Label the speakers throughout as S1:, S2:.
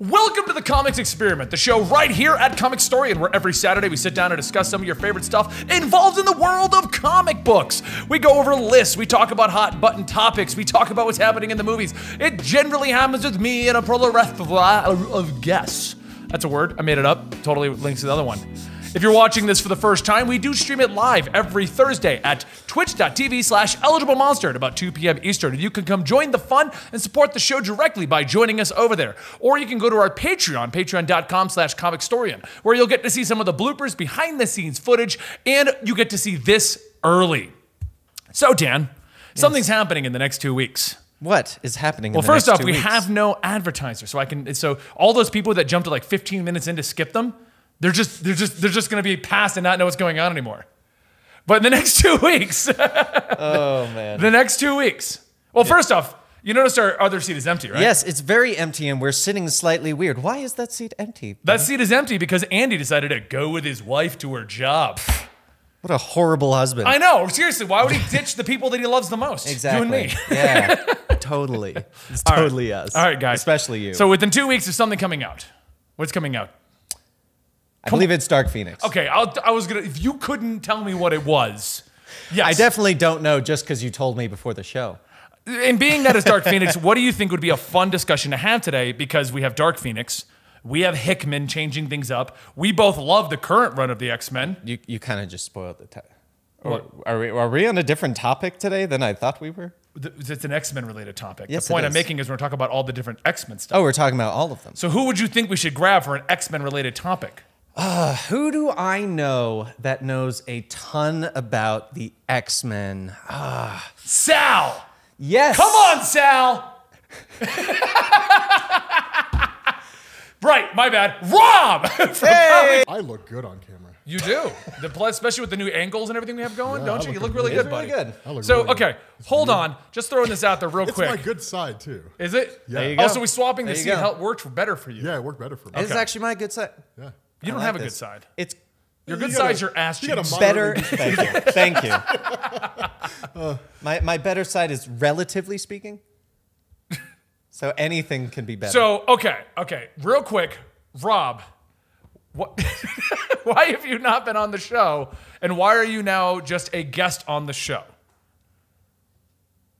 S1: Welcome to the Comics Experiment, the show right here at Comic Story, and where every Saturday we sit down and discuss some of your favorite stuff involved in the world of comic books. We go over lists, we talk about hot button topics, we talk about what's happening in the movies. It generally happens with me and a plethora of guests. That's a word. I made it up. Totally links to the other one. If you're watching this for the first time, we do stream it live every Thursday at twitch.tv slash eligible monster at about 2 p.m. Eastern. And you can come join the fun and support the show directly by joining us over there. Or you can go to our Patreon, patreon.com slash comicstorian, where you'll get to see some of the bloopers, behind the scenes footage, and you get to see this early. So, Dan, something's happening in the next two weeks.
S2: What is happening?
S1: Well, first off, we have no advertiser, so I can. So all those people that jumped to like 15 minutes in to skip them, they're just they're just they're just going to be past and not know what's going on anymore. But in the next two weeks, the
S2: Oh man.
S1: next two weeks. Well, first off, you noticed our other seat is empty, right?
S2: Yes, it's very empty, and we're sitting slightly weird. Why is that seat empty?
S1: That seat is empty because Andy decided to go with his wife to her job.
S2: What a horrible husband.
S1: I know. Seriously, why would he ditch the people that he loves the most? You and me.
S2: yeah. Totally. It's totally us.
S1: All right, guys.
S2: Especially you.
S1: So
S2: So
S1: within two weeks, there's something coming out. What's coming out?
S2: I believe it's Dark Phoenix.
S1: Okay, I'll, I was gonna. If you couldn't tell me what it was, yes.
S2: I definitely don't know just because you told me before the show.
S1: And being that it's Dark Phoenix, what do you think would be a fun discussion to have today? Because we have Dark Phoenix, we have Hickman changing things up. We both love the current run of the X Men.
S2: You you kind of just spoiled the time. Are we are we on a different topic today than I thought we were?
S1: It's an X Men related topic.
S2: Yes,
S1: the point
S2: it
S1: I'm
S2: is.
S1: making is we're talking about all the different X Men stuff.
S2: Oh, we're talking about all of them.
S1: So who would you think we should grab for an X Men related topic?
S2: Who do I know that knows a ton about the X Men?
S1: Sal.
S2: Yes.
S1: Come on, Sal. right, my bad. Rob.
S3: I look good on camera.
S1: You do. the plus, especially with the new angles and everything we have going, don't
S3: I
S1: you? You look
S3: look
S1: really
S3: amazing.
S1: good, buddy.
S2: It's really good. I
S3: look
S1: so,
S3: really good.
S1: okay, hold on. Just throwing this out there real
S3: It's
S1: quick.
S3: my good side too.
S1: Is it?
S3: Yeah. There you
S2: go.
S1: Also, we swapping to
S2: There you
S1: see
S2: go.
S1: how it worked better for you.
S3: Yeah, it worked better for me.
S2: This is actually my good side.
S3: Yeah.
S1: You don't
S2: I
S1: have a
S2: like
S1: good
S2: this.
S1: side.
S2: It's
S1: Your good
S3: You gotta-
S1: side's your ass
S3: you gotta
S1: cheeks.
S3: mo-
S2: better.
S3: Moderately
S2: Thank you. Thank you. my my better side is relatively speaking. So anything can be better.
S1: So, okay, okay, real quick, Rob, what? why have you not been on the show, and why are you now just a guest on the show?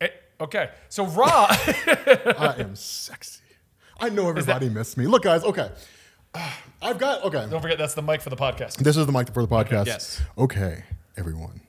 S1: Eh, okay, so Rob.
S3: I am sexy. I know everybody missed me. Look, guys. Okay. Ah, I've got. Okay.
S1: don't forget that's the mic for the podcast.
S3: This is the mic for the podcast.
S1: yes.
S3: Okay, everyone.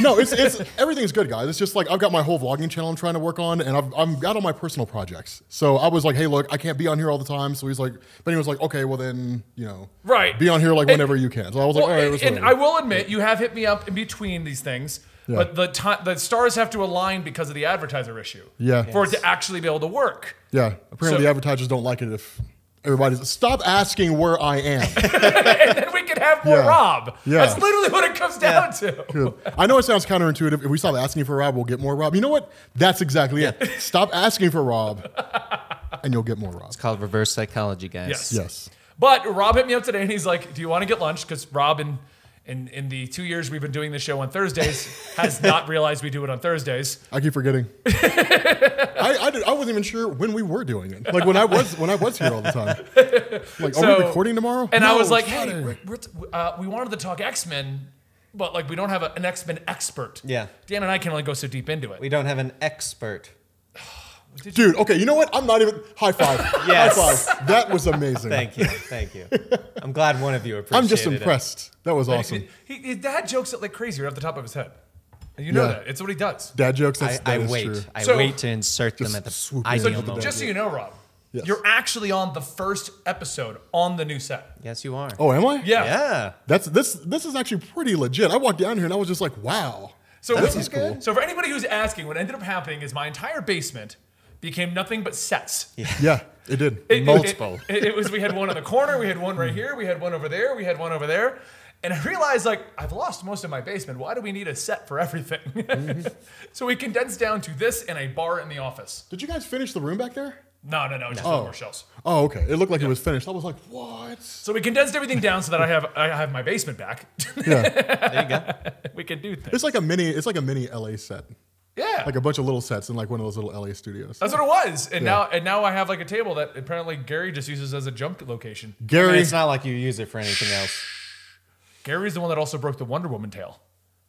S3: No, it's it's everything's good, guys. It's just like I've got my whole vlogging channel I'm trying to work on, and I've I've got all my personal projects. So I was like, hey, look, I can't be on here all the time. So he's like, but he was like, okay, well then, you know,
S1: Right.
S3: be on here like
S1: And-
S3: whenever you can. So I was like, all
S1: Well,
S3: right, it was
S1: and
S3: whatever."
S1: I will admit, you have hit me up in between these things,
S3: Yeah.
S1: but the ti the stars have to align because of the advertiser issue.
S3: Yeah.
S1: For it to actually be able to work.
S3: Yeah. Apparently,
S1: So-
S3: the advertisers don't like it if everybody's stop asking where I am.
S1: and then we could have more
S3: Yeah.
S1: Rob.
S3: Yeah.
S1: That's literally what it comes down to.
S3: Good. I know it sounds counterintuitive. If we stop asking for Rob, we'll get more Rob. You know what? That's exactly it. Stop asking for Rob, and you'll get more Rob.
S2: it's called reverse psychology, guys.
S1: Yes.
S3: Yes.
S1: But Rob hit me up today and he's like, Do you want to get lunch? Because Rob, in, in, in the two years we've been doing the show on Thursdays, has not realized we do it on Thursdays.
S3: I keep forgetting. I, I, did, I wasn't even sure when we were doing it. Like when I was when I was here all the time. Like, are
S1: So-
S3: we recording tomorrow?
S1: And I
S3: No,
S1: was like,
S3: Friday.
S1: Hey, we're, we're t- uh, we wanted to talk X Men, but like we don't have a, an X Men expert.
S2: Yeah.
S1: Dan and I can only go so deep into it.
S2: We don't have an expert.
S3: dude. Okay, you know what? I'm not even high five.
S2: Yes.
S3: High five. That was amazing.
S2: Thank you. Thank you. I'm glad one of you appreciated
S3: I'm just
S2: it.
S3: impressed. That was awesome.
S1: He, he, dad jokes it like crazy right off the top of his head. And you know
S3: Yeah.
S1: that. It's what he does.
S3: Dad jokes.
S2: I,
S3: That's,
S2: I
S3: that is
S2: wait.
S3: true.
S2: I
S1: So-
S2: wait to insert them
S3: Just
S2: at the
S3: swoop in
S2: ideal
S3: with the
S2: moment.
S1: Just so you know, Rob,
S3: Yes.
S1: you're actually on the first episode on the new set.
S2: yes, you are.
S3: Oh, am I?
S1: Yeah.
S2: yeah.
S3: That's this. This is actually pretty legit. I walked down here and I was just like, wow.
S1: So
S3: this
S1: we-
S3: is cool.
S1: So for anybody who's asking, what ended up happening is my entire basement became nothing but sets.
S3: Yeah, it did.
S1: It- it- It, it was we had one on the corner, we had one right here, we had one over there, we had one over there. And I realized like I've lost most of my basement. Why do we need a set for everything?
S3: Mm-hmm.
S1: so we condensed down to this and a bar in the office.
S3: did you guys finish the room back there?
S1: No, no, no, just one more shelves.
S3: Oh, okay. It looked like it was finished. I was like, what?
S1: So we condensed everything down so that I have I have my basement back.
S3: Yeah,
S2: There you go.
S1: we can do things.
S3: it's like a mini. It's like a mini LA set.
S1: Yeah.
S3: Like a bunch of little sets in like one of those little LA studios.
S1: That's what it was. And now and now I have like a table that apparently Gary just uses as a jump location.
S2: I mean,
S3: Gary,
S2: it's not like you use it for anything else.
S1: Gary's the one that also broke the Wonder Woman tail.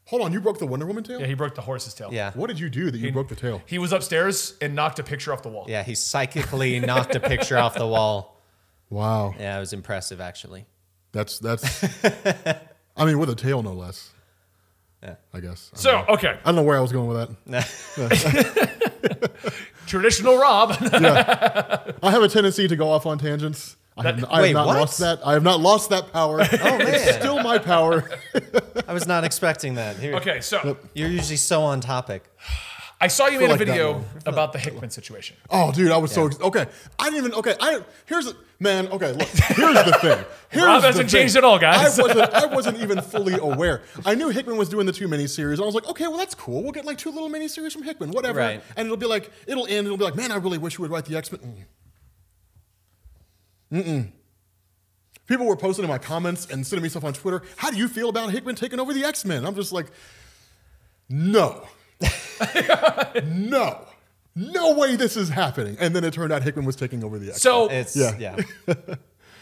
S3: hold on, you broke the Wonder Woman tail?
S1: Yeah, he broke the horse's tail.
S2: Yeah.
S3: What did you do that you broke the tail?
S1: He was upstairs and knocked a picture off the wall.
S2: Yeah, he psychically knocked a picture off the wall.
S3: Wow.
S2: Yeah, it was impressive, actually.
S3: That's that's I mean with a tail no less.
S2: Yeah.
S3: I guess. I
S1: So,
S3: don't know.
S1: okay.
S3: I don't know where I was going with that.
S1: Traditional Rob.
S3: I have a tendency to go off on tangents. I have, I have
S2: wait,
S3: not
S2: what?
S3: lost that. I have not lost that power. oh,
S2: man.
S3: It's still my power.
S2: I was not expecting that. Here,
S1: okay, so
S2: You're usually so on topic.
S1: I saw you made a
S3: like that
S1: video
S3: one.
S1: about the Hickman situation.
S3: Oh, dude, I was so ex- okay. I didn't even okay. I here's a, man. Okay, look, here's the thing. Here's
S1: Rob
S3: the
S1: hasn't
S3: thing.
S1: changed at all, guys.
S3: I wasn't. I wasn't even fully aware. I knew Hickman was doing the two miniseries, and I was like, okay, well that's cool. We'll get like two little miniseries from Hickman, whatever.
S2: Right.
S3: And it'll be like it'll end. It'll be like, man, I really wish you would write the X Men. Mm. Mm-mm. People were posting in my comments and sending me stuff on Twitter. How do you feel about Hickman taking over the X Men? I'm just like, no. no, no way this is happening. And then it turned out Hickman was taking over the X.
S1: So
S2: It's
S3: Yeah.
S2: yeah.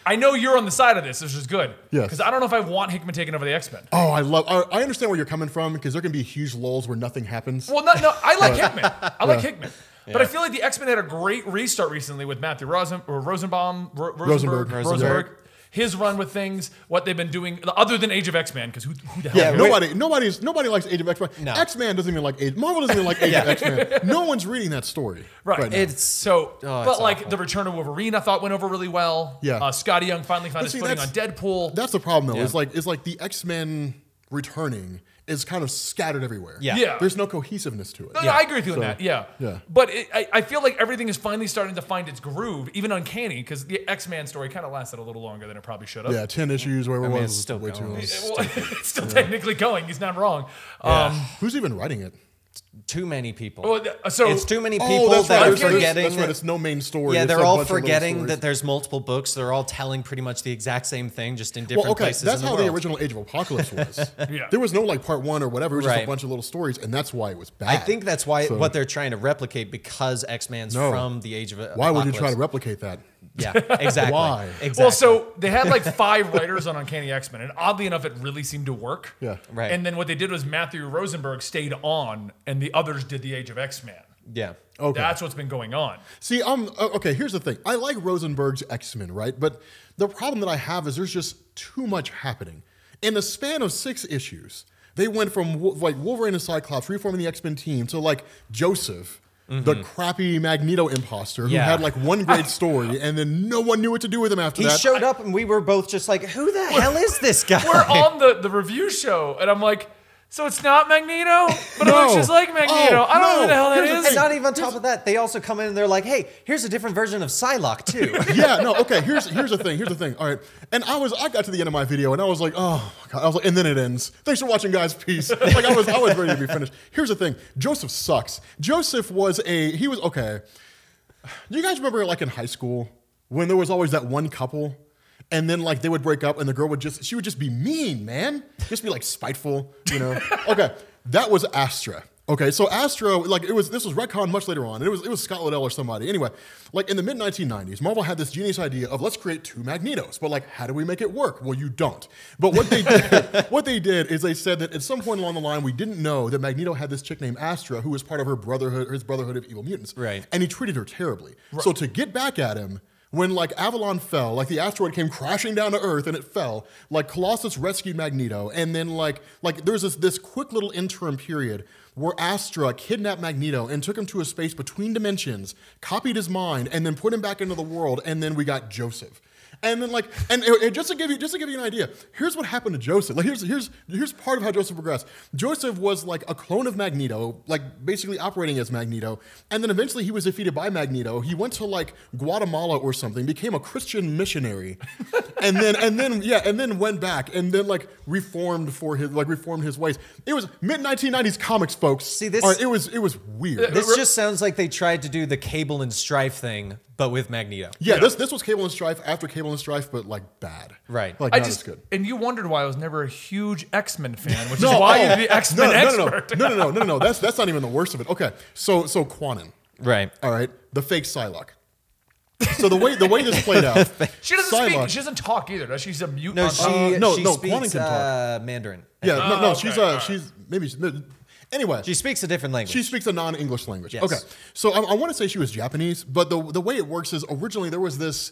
S1: I know you're on the side of this, which is good.
S3: Yes.
S1: Because I don't know if I want Hickman taking over the X Men.
S3: oh, I love. I, I understand where you're coming from because there can be huge lulls where nothing happens.
S1: Well, no, no, I like Hickman. I like Hickman. But I feel like the X Men had a great restart recently with Matthew Rosen, or Rosenbaum, Ro- Rosenberg,
S3: Rosenberg.
S1: Rosenberg,
S3: Rosenberg.
S1: his run with things, what they've been doing, other than Age of X Men, because who, who the hell?
S2: Yeah,
S1: cares?
S3: Nobody, nobody's, nobody likes Age of X Men.
S2: No.
S3: X Man doesn't even like Age. Marvel doesn't even like Age of X Men. No one's reading that story
S1: Right.
S3: right, now.
S2: It's Oh,
S1: So, but
S2: it's
S1: like
S2: awful.
S1: the Return of Wolverine, I thought went over really well.
S3: Yeah.
S1: Uh, Scotty Young finally found
S3: But
S1: his
S3: see,
S1: footing on
S3: that's-
S1: Deadpool.
S3: That's the problem though.
S2: Yeah.
S3: Is like, is like the X Men returning is kind of scattered everywhere.
S2: Yeah.
S1: Yeah.
S3: There's no cohesiveness to it.
S1: No, no, I agree with you on that. Yeah.
S3: yeah.
S1: But it, I, I feel like everything is finally starting to find its groove, even uncanny, because the X Man story kind of lasted a little longer than it probably should have.
S3: Yeah, ten issues, wherever
S2: mean,
S3: it
S2: it's
S3: was, was
S2: still
S3: way too
S2: going.
S3: long.
S1: Well, it's still technically going. He's not wrong. Um,
S3: Who's even writing it?
S2: Too many people.
S1: well, th- so
S2: it's too many people
S3: Oh, that's
S2: that
S3: right.
S2: are
S3: That's right. It's-
S2: forgetting.
S3: That's right.
S2: that-
S3: It's no main story.
S2: yeah,
S3: It's
S2: they're
S3: a
S2: all
S3: bunch of little
S2: forgetting
S3: stories.
S2: that there's multiple books. They're all telling pretty much the exact same thing, just in different
S3: Well, okay,
S2: places.
S3: that's
S2: in the
S3: how
S2: world.
S3: the original Age of Apocalypse was.
S1: Yeah.
S3: There was no like part one or whatever. It was just
S2: Right.
S3: a bunch of little stories, and that's why it was bad.
S2: I think that's why
S3: So-
S2: what they're trying to replicate because X Man's
S3: No.
S2: from the age of.
S3: Why would you try to
S2: Apocalypse.
S3: replicate that?
S2: Yeah, exactly.
S3: Why?
S2: Exactly.
S1: well, so they had like five writers on Uncanny X Men, and oddly enough, it really seemed to work.
S3: Yeah.
S2: Right.
S1: And then what they did was Matthew Rosenberg stayed on, and the others did the Age of X Men.
S2: yeah.
S3: Okay.
S1: That's what's been going on.
S3: See, I'm uh, okay. Here's the thing. I like Rosenberg's X Men, right? But the problem that I have is there's just too much happening in the span of six issues. They went from Wo- like Wolverine and Cyclops reforming the X Men team to like Joseph. The crappy Magneto imposter who
S2: Mm-hmm. Yeah.
S3: had like one great story and then no one knew what to do with him after
S2: He
S3: that.
S2: showed up, and we were both just like, "Who the hell is this guy?"
S1: We're on the, the review show, and I'm like, so it's not Magneto, but it looks
S3: No.
S1: just like Magneto.
S3: Oh,
S1: I don't know who
S3: no.
S1: the hell that
S3: Here's the
S1: is.
S2: And not even on top of that, they also come in and they're like, "Hey, here's a different version of Psylocke too."
S3: yeah, no, okay. Here's here's the thing. Here's the thing. All right, and I was I got to the end of my video and I was like, oh my god. I was like, and then it ends. Thanks for watching, guys. Peace. Like I was I was ready to be finished. Here's the thing. Joseph sucks. Joseph was a he was okay. Do you guys remember like in high school when there was always that one couple? And then like they would break up and the girl would just she would just be mean, man. Just be like spiteful, you know. okay. That was Astra. Okay, so Astra, like it was this was retcon much later on. It was it was Scott Liddell or somebody. Anyway, like in the mid 1990s, Marvel had this genius idea of let's create two Magnetos, but like how do we make it work? Well, you don't. But what they did, what they did is they said that at some point along the line we didn't know that Magneto had this chick named Astra who was part of her brotherhood, his brotherhood of evil mutants
S2: Right.
S3: and he treated her terribly. So to get back at him, when like Avalon fell, like the asteroid came crashing down to Earth and it fell, like Colossus rescued Magneto, and then like like there's this this quick little interim period where Astra kidnapped Magneto and took him to a space between dimensions, copied his mind, and then put him back into the world, and then we got Joseph. And then like, and it- it- just to give you just to give you an idea, here's what happened to Joseph. Like here's here's here's part of how Joseph progressed. Joseph was like a clone of Magneto, like basically operating as Magneto, and then eventually he was defeated by Magneto. He went to like Guatemala or something, became a Christian missionary, and then and then yeah, and then went back and then like reformed for his like reformed his ways. It was mid 1990s comics, folks.
S2: See, this-
S3: All right, it was it was weird.
S2: This just sounds like they tried to do the cable and strife thing, but with Magneto.
S3: Yeah, this this was Cable and Strife after Cable and Strife, but like bad.
S2: Right.
S3: Like
S1: I
S3: not
S1: just
S3: as good.
S1: and you wondered why I was never a huge X Men fan, which is why you're the X Men
S3: Oh. no,
S1: expert.
S3: no, No, no, no, no, no, no, no. That's that's not even the worst of it. Okay, so so Quanon,
S2: Right.
S3: all right, the fake Psylocke. So the way the way this played out,
S1: She doesn't
S3: Psylocke-
S1: speak. She doesn't talk either. Does she? She's a mute.
S2: No,
S1: on-
S2: she,
S1: uh,
S3: no,
S2: she
S3: no,
S2: speaks
S3: Quanon can talk.
S2: uh, Mandarin.
S3: yeah, no, no,
S1: Oh,
S3: she's
S1: okay,
S3: uh,
S1: alright.
S3: she's maybe she's, anyway.
S2: She speaks a different language.
S3: She speaks a non-English language.
S2: Yes.
S3: Okay, so I, I want to say she was Japanese, but the the way it works is originally there was this.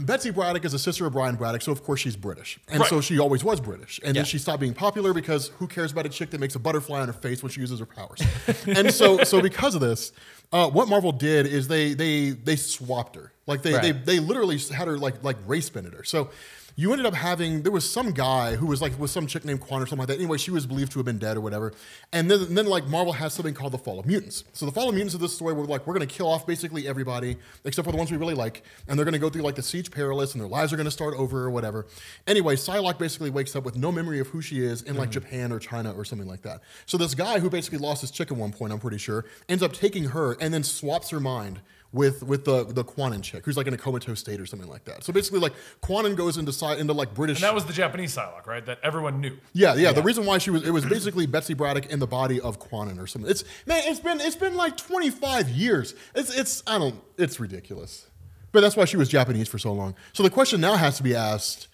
S3: Betsy Braddock is a sister of Brian Braddock, so of course she's British, and so
S1: Right.
S3: she always was British. And
S2: Yeah.
S3: then she stopped being popular because who cares about a chick that makes a butterfly on her face when she uses her powers? and so, so because of this, uh, what Marvel did is they they they swapped her. Like they
S2: Right.
S3: they they literally had her like like race bended her. So. You ended up having there was some guy who was like with some chick named Quan or something like that. Anyway, she was believed to have been dead or whatever. And then, then like Marvel has something called the Fall of Mutants. So the Fall of Mutants of this story were like we're going to kill off basically everybody except for the ones we really like, and they're going to go through like the Siege Perilous, and their lives are going to start over or whatever. Anyway, Psylocke basically wakes up with no memory of who she is in like Japan or China or something like that. So this guy who basically lost his chick at one point, I'm pretty sure, ends up taking her and then swaps her mind with with the the Quanon chick, who's like in a comatose state or something like that. So basically, like Quanon goes into sci- into like British.
S1: And that was the Japanese Psylocke, right? That everyone knew.
S3: yeah, yeah, The reason why she was it was basically Betsy Braddock in the body of Quanon or something. It's man, it's been it's been like 25 years. It's it's I don't it's ridiculous. But that's why she was Japanese for so long. So the question now has to be asked.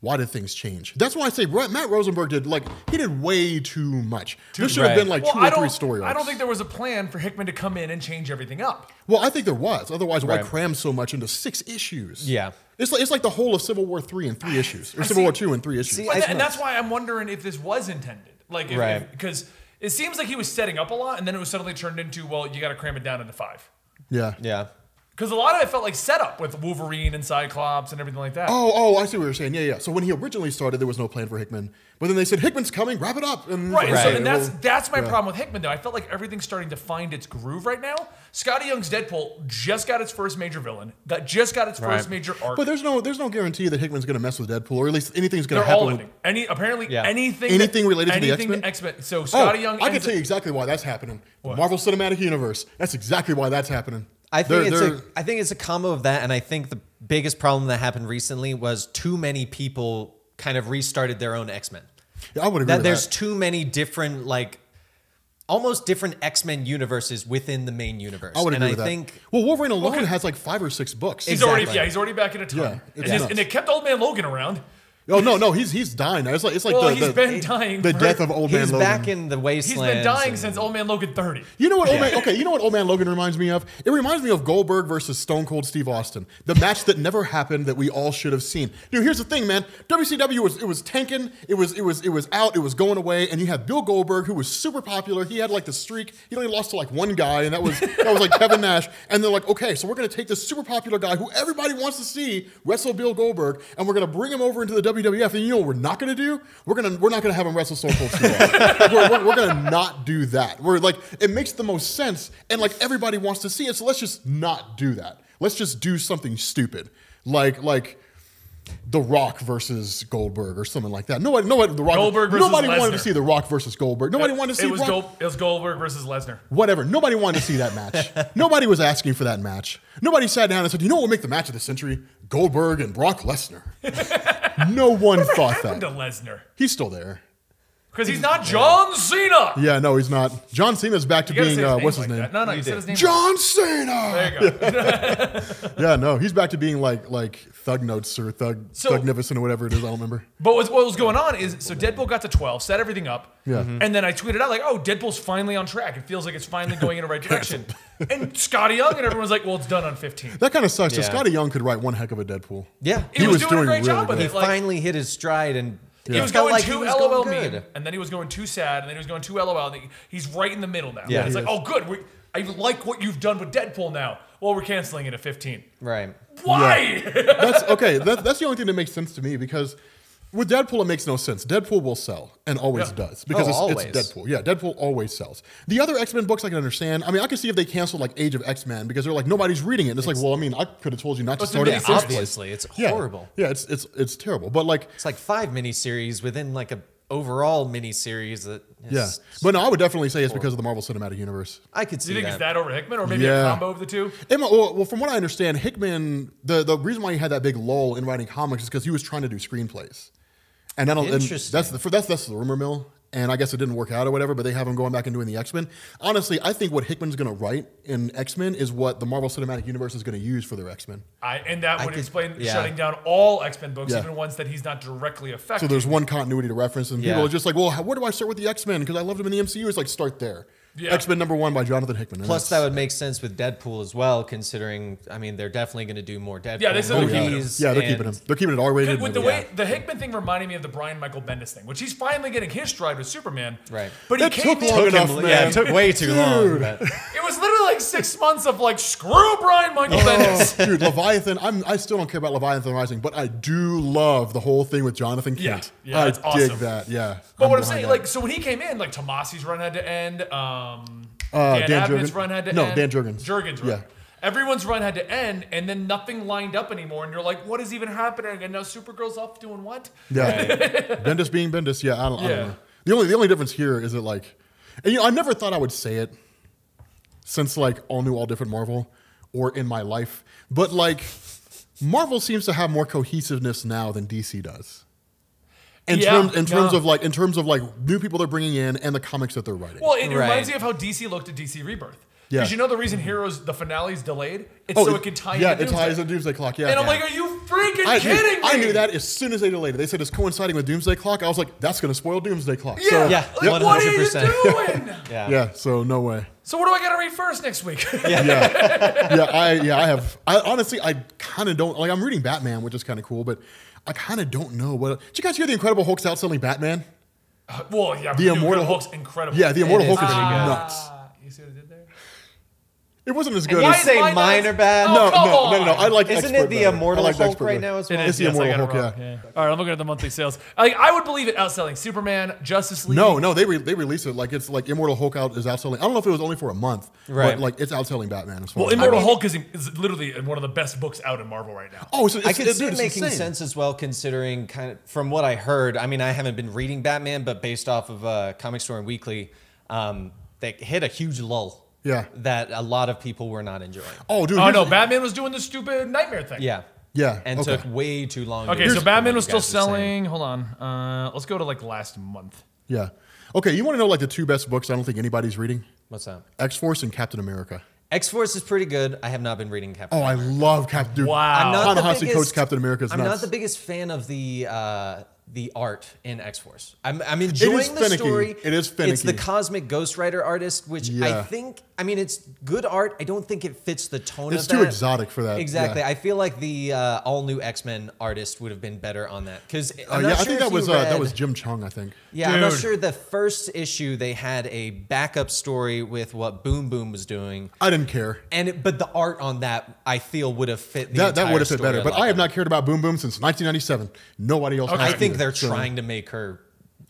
S3: Why did things change? That's why I say Ra- Matt Rosenberg did like he did way too much. There should have
S2: right.
S3: been like
S1: Well,
S3: two
S1: I
S3: or three
S1: don't.
S3: story arcs.
S1: I don't think there was a plan for Hickman to come in and change everything up.
S3: Well, I think there was. Otherwise, why
S2: Right.
S3: cram so much into six issues?
S2: Yeah.
S3: It's like, it's like the whole of Civil War three and three issues, or Civil War two and three issues.
S2: see,
S1: Well,
S2: I-
S1: tha- and that's why I'm wondering if this was intended. Like, if,
S2: Right.
S1: Because it seems like he was setting up a lot, and then it was suddenly turned into, well, you got to cram it down into five.
S3: yeah.
S2: yeah.
S1: Because a lot of it felt like setup with Wolverine and Cyclops and everything like that.
S3: Oh, oh, I see what you're saying. Yeah, yeah. So when he originally started, there was no plan for Hickman, but then they said Hickman's coming, wrap it up. And
S1: Right, and so
S2: Right.
S1: and that's
S3: Well,
S1: that's my
S3: yeah.
S1: problem with Hickman though. I felt like everything's starting to find its groove right now. Scotty Young's Deadpool just got its first major villain. That just got its first
S2: Right.
S1: major arc.
S3: But there's no there's no guarantee that Hickman's going to mess with Deadpool, or at least anything's going
S1: They're
S3: to happen.
S1: all
S3: with-
S1: ending. Any apparently
S2: Yeah.
S1: anything
S3: Anything related to the
S1: anything
S3: X-Men?
S1: X-Men. So
S3: Oh,
S1: Scotty Young.
S3: I can
S1: ends
S3: tell
S1: up-
S3: you exactly why that's happening. Marvel Cinematic Universe. That's exactly why that's happening.
S2: I think
S3: They're-
S2: it's
S3: they're-
S2: a, I think it's a combo of that, and I think the biggest problem that happened recently was too many people kind of restarted their own X Men.
S3: Yeah, I would agree.
S2: That
S3: with
S2: there's
S3: that.
S2: too many different like almost different X Men universes within the main universe.
S3: I would
S2: and
S3: agree
S2: I
S3: with that.
S2: think
S3: well, Wolverine alone has like five or six books.
S1: He's already
S2: Exactly.
S1: yeah. He's already back in a ton.
S3: Yeah,
S1: and,
S3: it's
S1: his-
S3: nuts.
S1: and they kept Old Man Logan around.
S3: Oh no, no, he's he's dying. now. It's like it's like
S1: Well,
S3: the,
S1: he's
S3: the-
S1: been dying
S3: The
S1: for-
S3: death of old man
S2: he's
S3: Logan.
S2: back in the
S1: He's
S2: wasteland.
S1: been dying since Old Man Logan 30.
S3: you know what, old man? Okay, you know what, old man Logan reminds me of? It reminds me of Goldberg versus Stone Cold Steve Austin, the match that never happened that we all should have seen. Dude, here's the thing, man. WCW was it was tanking, it was it was it was out, it was going away, and you had Bill Goldberg who was super popular. He had like the streak. He only lost to like one guy, and that was that was like Kevin Nash. And they're like, okay, so we're gonna take this super popular guy who everybody wants to see wrestle Bill Goldberg, and we're gonna bring him over into the WWF. And you know what we're not gonna do? We're gonna we're not gonna have him wrestle Stone Cold Steve Austin. Like, we're, we're, we're gonna not do that. We're like it makes the most sense, and like everybody wants to see it. So let's just not do that. Let's just do something stupid, like like. The Rock versus Goldberg or something like that. Nobody, nobody, The Rock.
S1: Goldberg versus
S3: nobody wanted to
S1: Lesnar.
S3: see The Rock versus Goldberg. Nobody wanted to see
S1: it was
S3: Rock
S1: Gold, it was Goldberg versus Lesnar.
S3: whatever. Nobody wanted to see that match. Nobody was asking for that match. Nobody sat down and said, "You know what will make the match of the century? Goldberg and Brock Lesnar." no one thought
S1: Happened to
S3: that.
S1: Lesnar
S3: He's still there.
S1: because he's not John Cena.
S3: Yeah, no, he's not. John Cena's back to
S1: You gotta say
S3: being
S1: his
S3: uh,
S1: name
S3: what's
S1: like
S3: his name?
S1: that. No, no, you, said his name.
S3: John Cena.
S1: There you go.
S3: Yeah, no, he's back to being like like Thug Notes or Thug
S1: So-
S3: Thugnificent or whatever it is. I don't remember.
S1: But what's, what was going on is so Deadpool got to 12, set everything up,
S3: Yeah.
S2: Mm-hmm.
S3: Mhm.
S1: and then I tweeted out like, "Oh, Deadpool's finally on track. It feels like it's finally going in the right direction." and Scotty Young and everyone's like, "Well, it's done on 15."
S3: That kind of sucks. So
S2: Yeah.
S3: Scotty Young could write one heck of a Deadpool.
S2: Yeah.
S1: He, was, doing, a great job with
S3: good.
S1: it. Like,
S2: finally hit his stride and
S1: He
S2: it
S1: was
S2: felt
S1: going
S2: like he
S1: too
S2: was going
S1: LOL
S2: good.
S1: meme, and then he was going too sad, and then he was going too LOL. And he- he's right in the middle now.
S2: Yeah,
S1: And it's
S2: he
S1: like, "Oh, good. We, I like what you've done with Deadpool now. Well, we're canceling it at 15.
S2: Right.
S1: Why?"
S3: that's okay. That, that's the only thing that makes sense to me because with Deadpool, it makes no sense. Deadpool will sell and always
S1: Yeah.
S3: does because
S2: Oh,
S3: it's, it's Deadpool. Yeah, Deadpool always sells. The other X Men books I can understand. I mean, I can see if they canceled like Age of X Men because they're like nobody's reading it. And it's like, well, I mean, I could have told you not to
S1: It's a
S3: start it. in the
S1: miniseries.
S3: first place.
S2: Obviously, it's
S3: Yeah.
S2: horrible.
S3: Yeah, it's it's it's terrible. But like,
S2: It's like five miniseries within like a overall miniseries that. is-
S3: Yeah, but no, I would definitely say it's because of the Marvel Cinematic Universe.
S2: I could
S1: Do
S2: see
S1: you think
S2: that.
S1: it's that over Hickman, or maybe a
S3: Yeah.
S1: combo of the two?
S3: Emma, well, well, from what I understand, Hickman, the, the reason why he had that big lull in writing comics is because he was trying to do screenplays. And I don't. and
S2: Interesting.
S3: that's the for, that's that's the rumor mill, and I guess it didn't work out or whatever. But they have him going back and doing the X Men. Honestly, I think what Hickman's going to write in X Men is what the Marvel Cinematic Universe is going to use for their X Men.
S1: I, and that would
S2: could-
S1: explain
S2: yeah.
S1: shutting down all X Men books,
S3: Yeah.
S1: even ones that he's not directly
S3: So
S1: affected.
S3: there's one continuity to reference, and
S2: Yeah.
S3: people are just like, "Well, how, where do I start with the X Men? Because I loved him in the MCU." It's like start there.
S1: Yeah.
S3: X Men number one by Jonathan Hickman. and
S2: Plus,
S3: that's-
S2: that would make sense with Deadpool as well, considering I mean they're definitely going to do more Deadpool.
S1: Yeah, they said they're keeping him.
S2: movies
S3: yeah, they're
S2: and-
S3: keeping him. They're keeping it R rated.
S1: with the way the Hickman thing reminded me of the Brian Michael Bendis thing, which he's finally getting his stride with Superman.
S2: Right.
S1: But he
S3: That
S1: came
S3: took
S1: in-
S3: long
S2: Took him-
S3: enough,
S2: yeah,
S3: man.
S2: it took way too long. but-
S1: It was literally like six months of like screw Brian Michael Bendis.
S3: Oh, dude, Leviathan. I'm, I still don't care about Leviathan Rising, but I do love the whole thing with Jonathan
S1: Yeah.
S3: Kent.
S1: Yeah,
S3: I
S1: that's awesome.
S3: dig that. Yeah.
S1: But what I'm
S3: behind
S1: saying,
S3: that.
S1: like, so when he came in, like Tomasi's run had to end. Um,
S3: Uh,
S1: Dan,
S3: Dan
S1: Abnett's
S3: Jurgen-
S1: run had to
S3: no,
S1: end.
S3: Dan Jurgens.
S1: Jurgens run.
S3: Yeah.
S1: Everyone's run had to end, and then nothing lined up anymore. And you're like, what is even happening? And now Supergirl's off doing what?
S3: yeah, Bendis being Bendis. Yeah, I don't, I
S1: Yeah.
S3: don't know. The only the only difference here is that like, and you know, I never thought I would say it since like all new, all different Marvel, or in my life, but like, Marvel seems to have more cohesiveness now than DC does. In
S1: Yeah,
S3: terms, in terms
S1: no.
S3: of like, in terms of like new people they're bringing in and the comics that they're writing.
S1: Well, it reminds
S2: Right.
S1: me of how DC looked at DC Rebirth.
S3: Yeah.
S1: Because you know the reason Heroes the finale's delayed, it's so it, can tie
S3: Yeah,
S1: into
S3: Oh, it ties
S1: Doomsday.
S3: into Doomsday Clock. Yeah,
S1: And I'm
S3: yeah.
S1: like, are you freaking
S3: I knew,
S1: kidding me?
S3: I knew that as soon as they delayed it. They said it's coinciding with Doomsday Clock. I was like, that's going to spoil Doomsday Clock.
S1: Yeah.
S3: So,
S2: Yeah,
S1: Like, what are you
S2: 100%.
S1: doing?
S2: yeah.
S3: yeah. So no way.
S1: So what do I gotta read first next week?
S3: Yeah. yeah. I yeah. I have. I honestly, I kind of don't like. I'm reading Batman, which is kind of cool, but I kind of don't know what. Did you guys hear the Incredible Hulk's outselling Batman?
S1: well, yeah,
S3: The Immortal
S1: Hulk's
S3: Hulk-
S1: incredible.
S3: Yeah, the Immortal
S2: is
S3: Hulk is
S2: pretty good.
S3: nuts.
S1: Ah, you see what I did there?
S3: It wasn't as good.
S2: you
S1: Why
S3: as...
S1: is
S2: say
S1: mine
S2: mine
S1: not-
S2: are bad?
S1: Oh,
S3: No,
S1: come
S3: no, no, no, no.
S1: on.
S3: I like.
S2: Isn't
S3: Expert
S2: it the
S3: better.
S2: Immortal
S3: I like
S2: Hulk
S3: Expert
S2: right
S3: better.
S2: now as
S1: It
S2: well?
S1: is.
S3: the
S1: yes, I
S3: Immortal
S1: got it
S3: Hulk,
S1: wrong.
S3: yeah.
S1: All right, I'm looking at the monthly sales. Like, I would believe it outselling Superman, Justice League.
S3: No, no, they re- they released it like it's like Immortal Hulk out is outselling. I don't know if it was only for a month,
S2: Right.
S3: But like it's outselling Batman. As
S1: Well,
S3: as I
S1: Immortal
S3: know.
S1: Hulk is, is literally one of the best books out in Marvel right now.
S3: Oh, so it's,
S2: I could
S3: it's,
S2: see it
S3: it's
S2: making
S3: insane.
S2: sense as well, considering kind of from what I heard. I mean, I haven't been reading Batman, but based off of uh, Comic Store and Weekly, um, they hit a huge lull.
S3: Yeah.
S2: That a lot of people were not enjoying.
S3: Oh, dude.
S1: Oh
S3: here's-
S1: no, Batman was doing the stupid nightmare thing.
S2: Yeah.
S3: Yeah,
S2: And
S3: okay.
S2: took way too long. to
S1: Okay,
S2: read Oh
S1: so
S2: from
S1: Batman
S2: what
S1: was still
S2: you guys were
S1: selling.
S2: saying.
S1: Hold on. Uh, let's go to like last month.
S3: Yeah. Okay, you want to know like the two best books I don't think anybody's reading?
S2: What's that?
S3: X Force and Captain America.
S2: X Force is pretty good. I have not been reading Captain.
S3: Oh, I love Captain. Dude,
S1: Wow.
S2: I'm not
S3: Ta-Nehisi
S2: the
S3: Coates
S2: biggest,
S3: Captain America is
S2: I'm
S3: nuts.
S2: not the biggest fan of the uh, the art in X Force. I'm, I'm enjoying the
S3: finicky.
S2: story.
S3: It is
S2: It's the
S3: finicky.
S2: cosmic ghostwriter artist, which I
S3: Yeah.
S2: think I mean it's good art. I don't think it fits the tone
S3: It's
S2: of
S3: too
S2: that.
S3: exotic for that,
S2: Exactly.
S3: yeah.
S2: I feel like the uh, all new X Men artist would have been better on that because
S3: Uh, yeah, I think that was uh, that was Jim Chung. I think.
S2: yeah, I'm not
S1: Dude.
S2: sure. The first issue they had a backup story with what Boom Boom was doing,
S3: I didn't care.
S2: and it, but the art on that I feel would have fit. The
S3: That, that
S2: entire
S3: would have fit
S2: story
S3: better,
S2: a
S3: but
S2: lot
S3: I have not cared about Boom Boom since 1997. Nobody else.
S1: Okay.
S2: I
S3: has
S2: think
S3: either,
S2: they're
S3: so
S2: trying to make her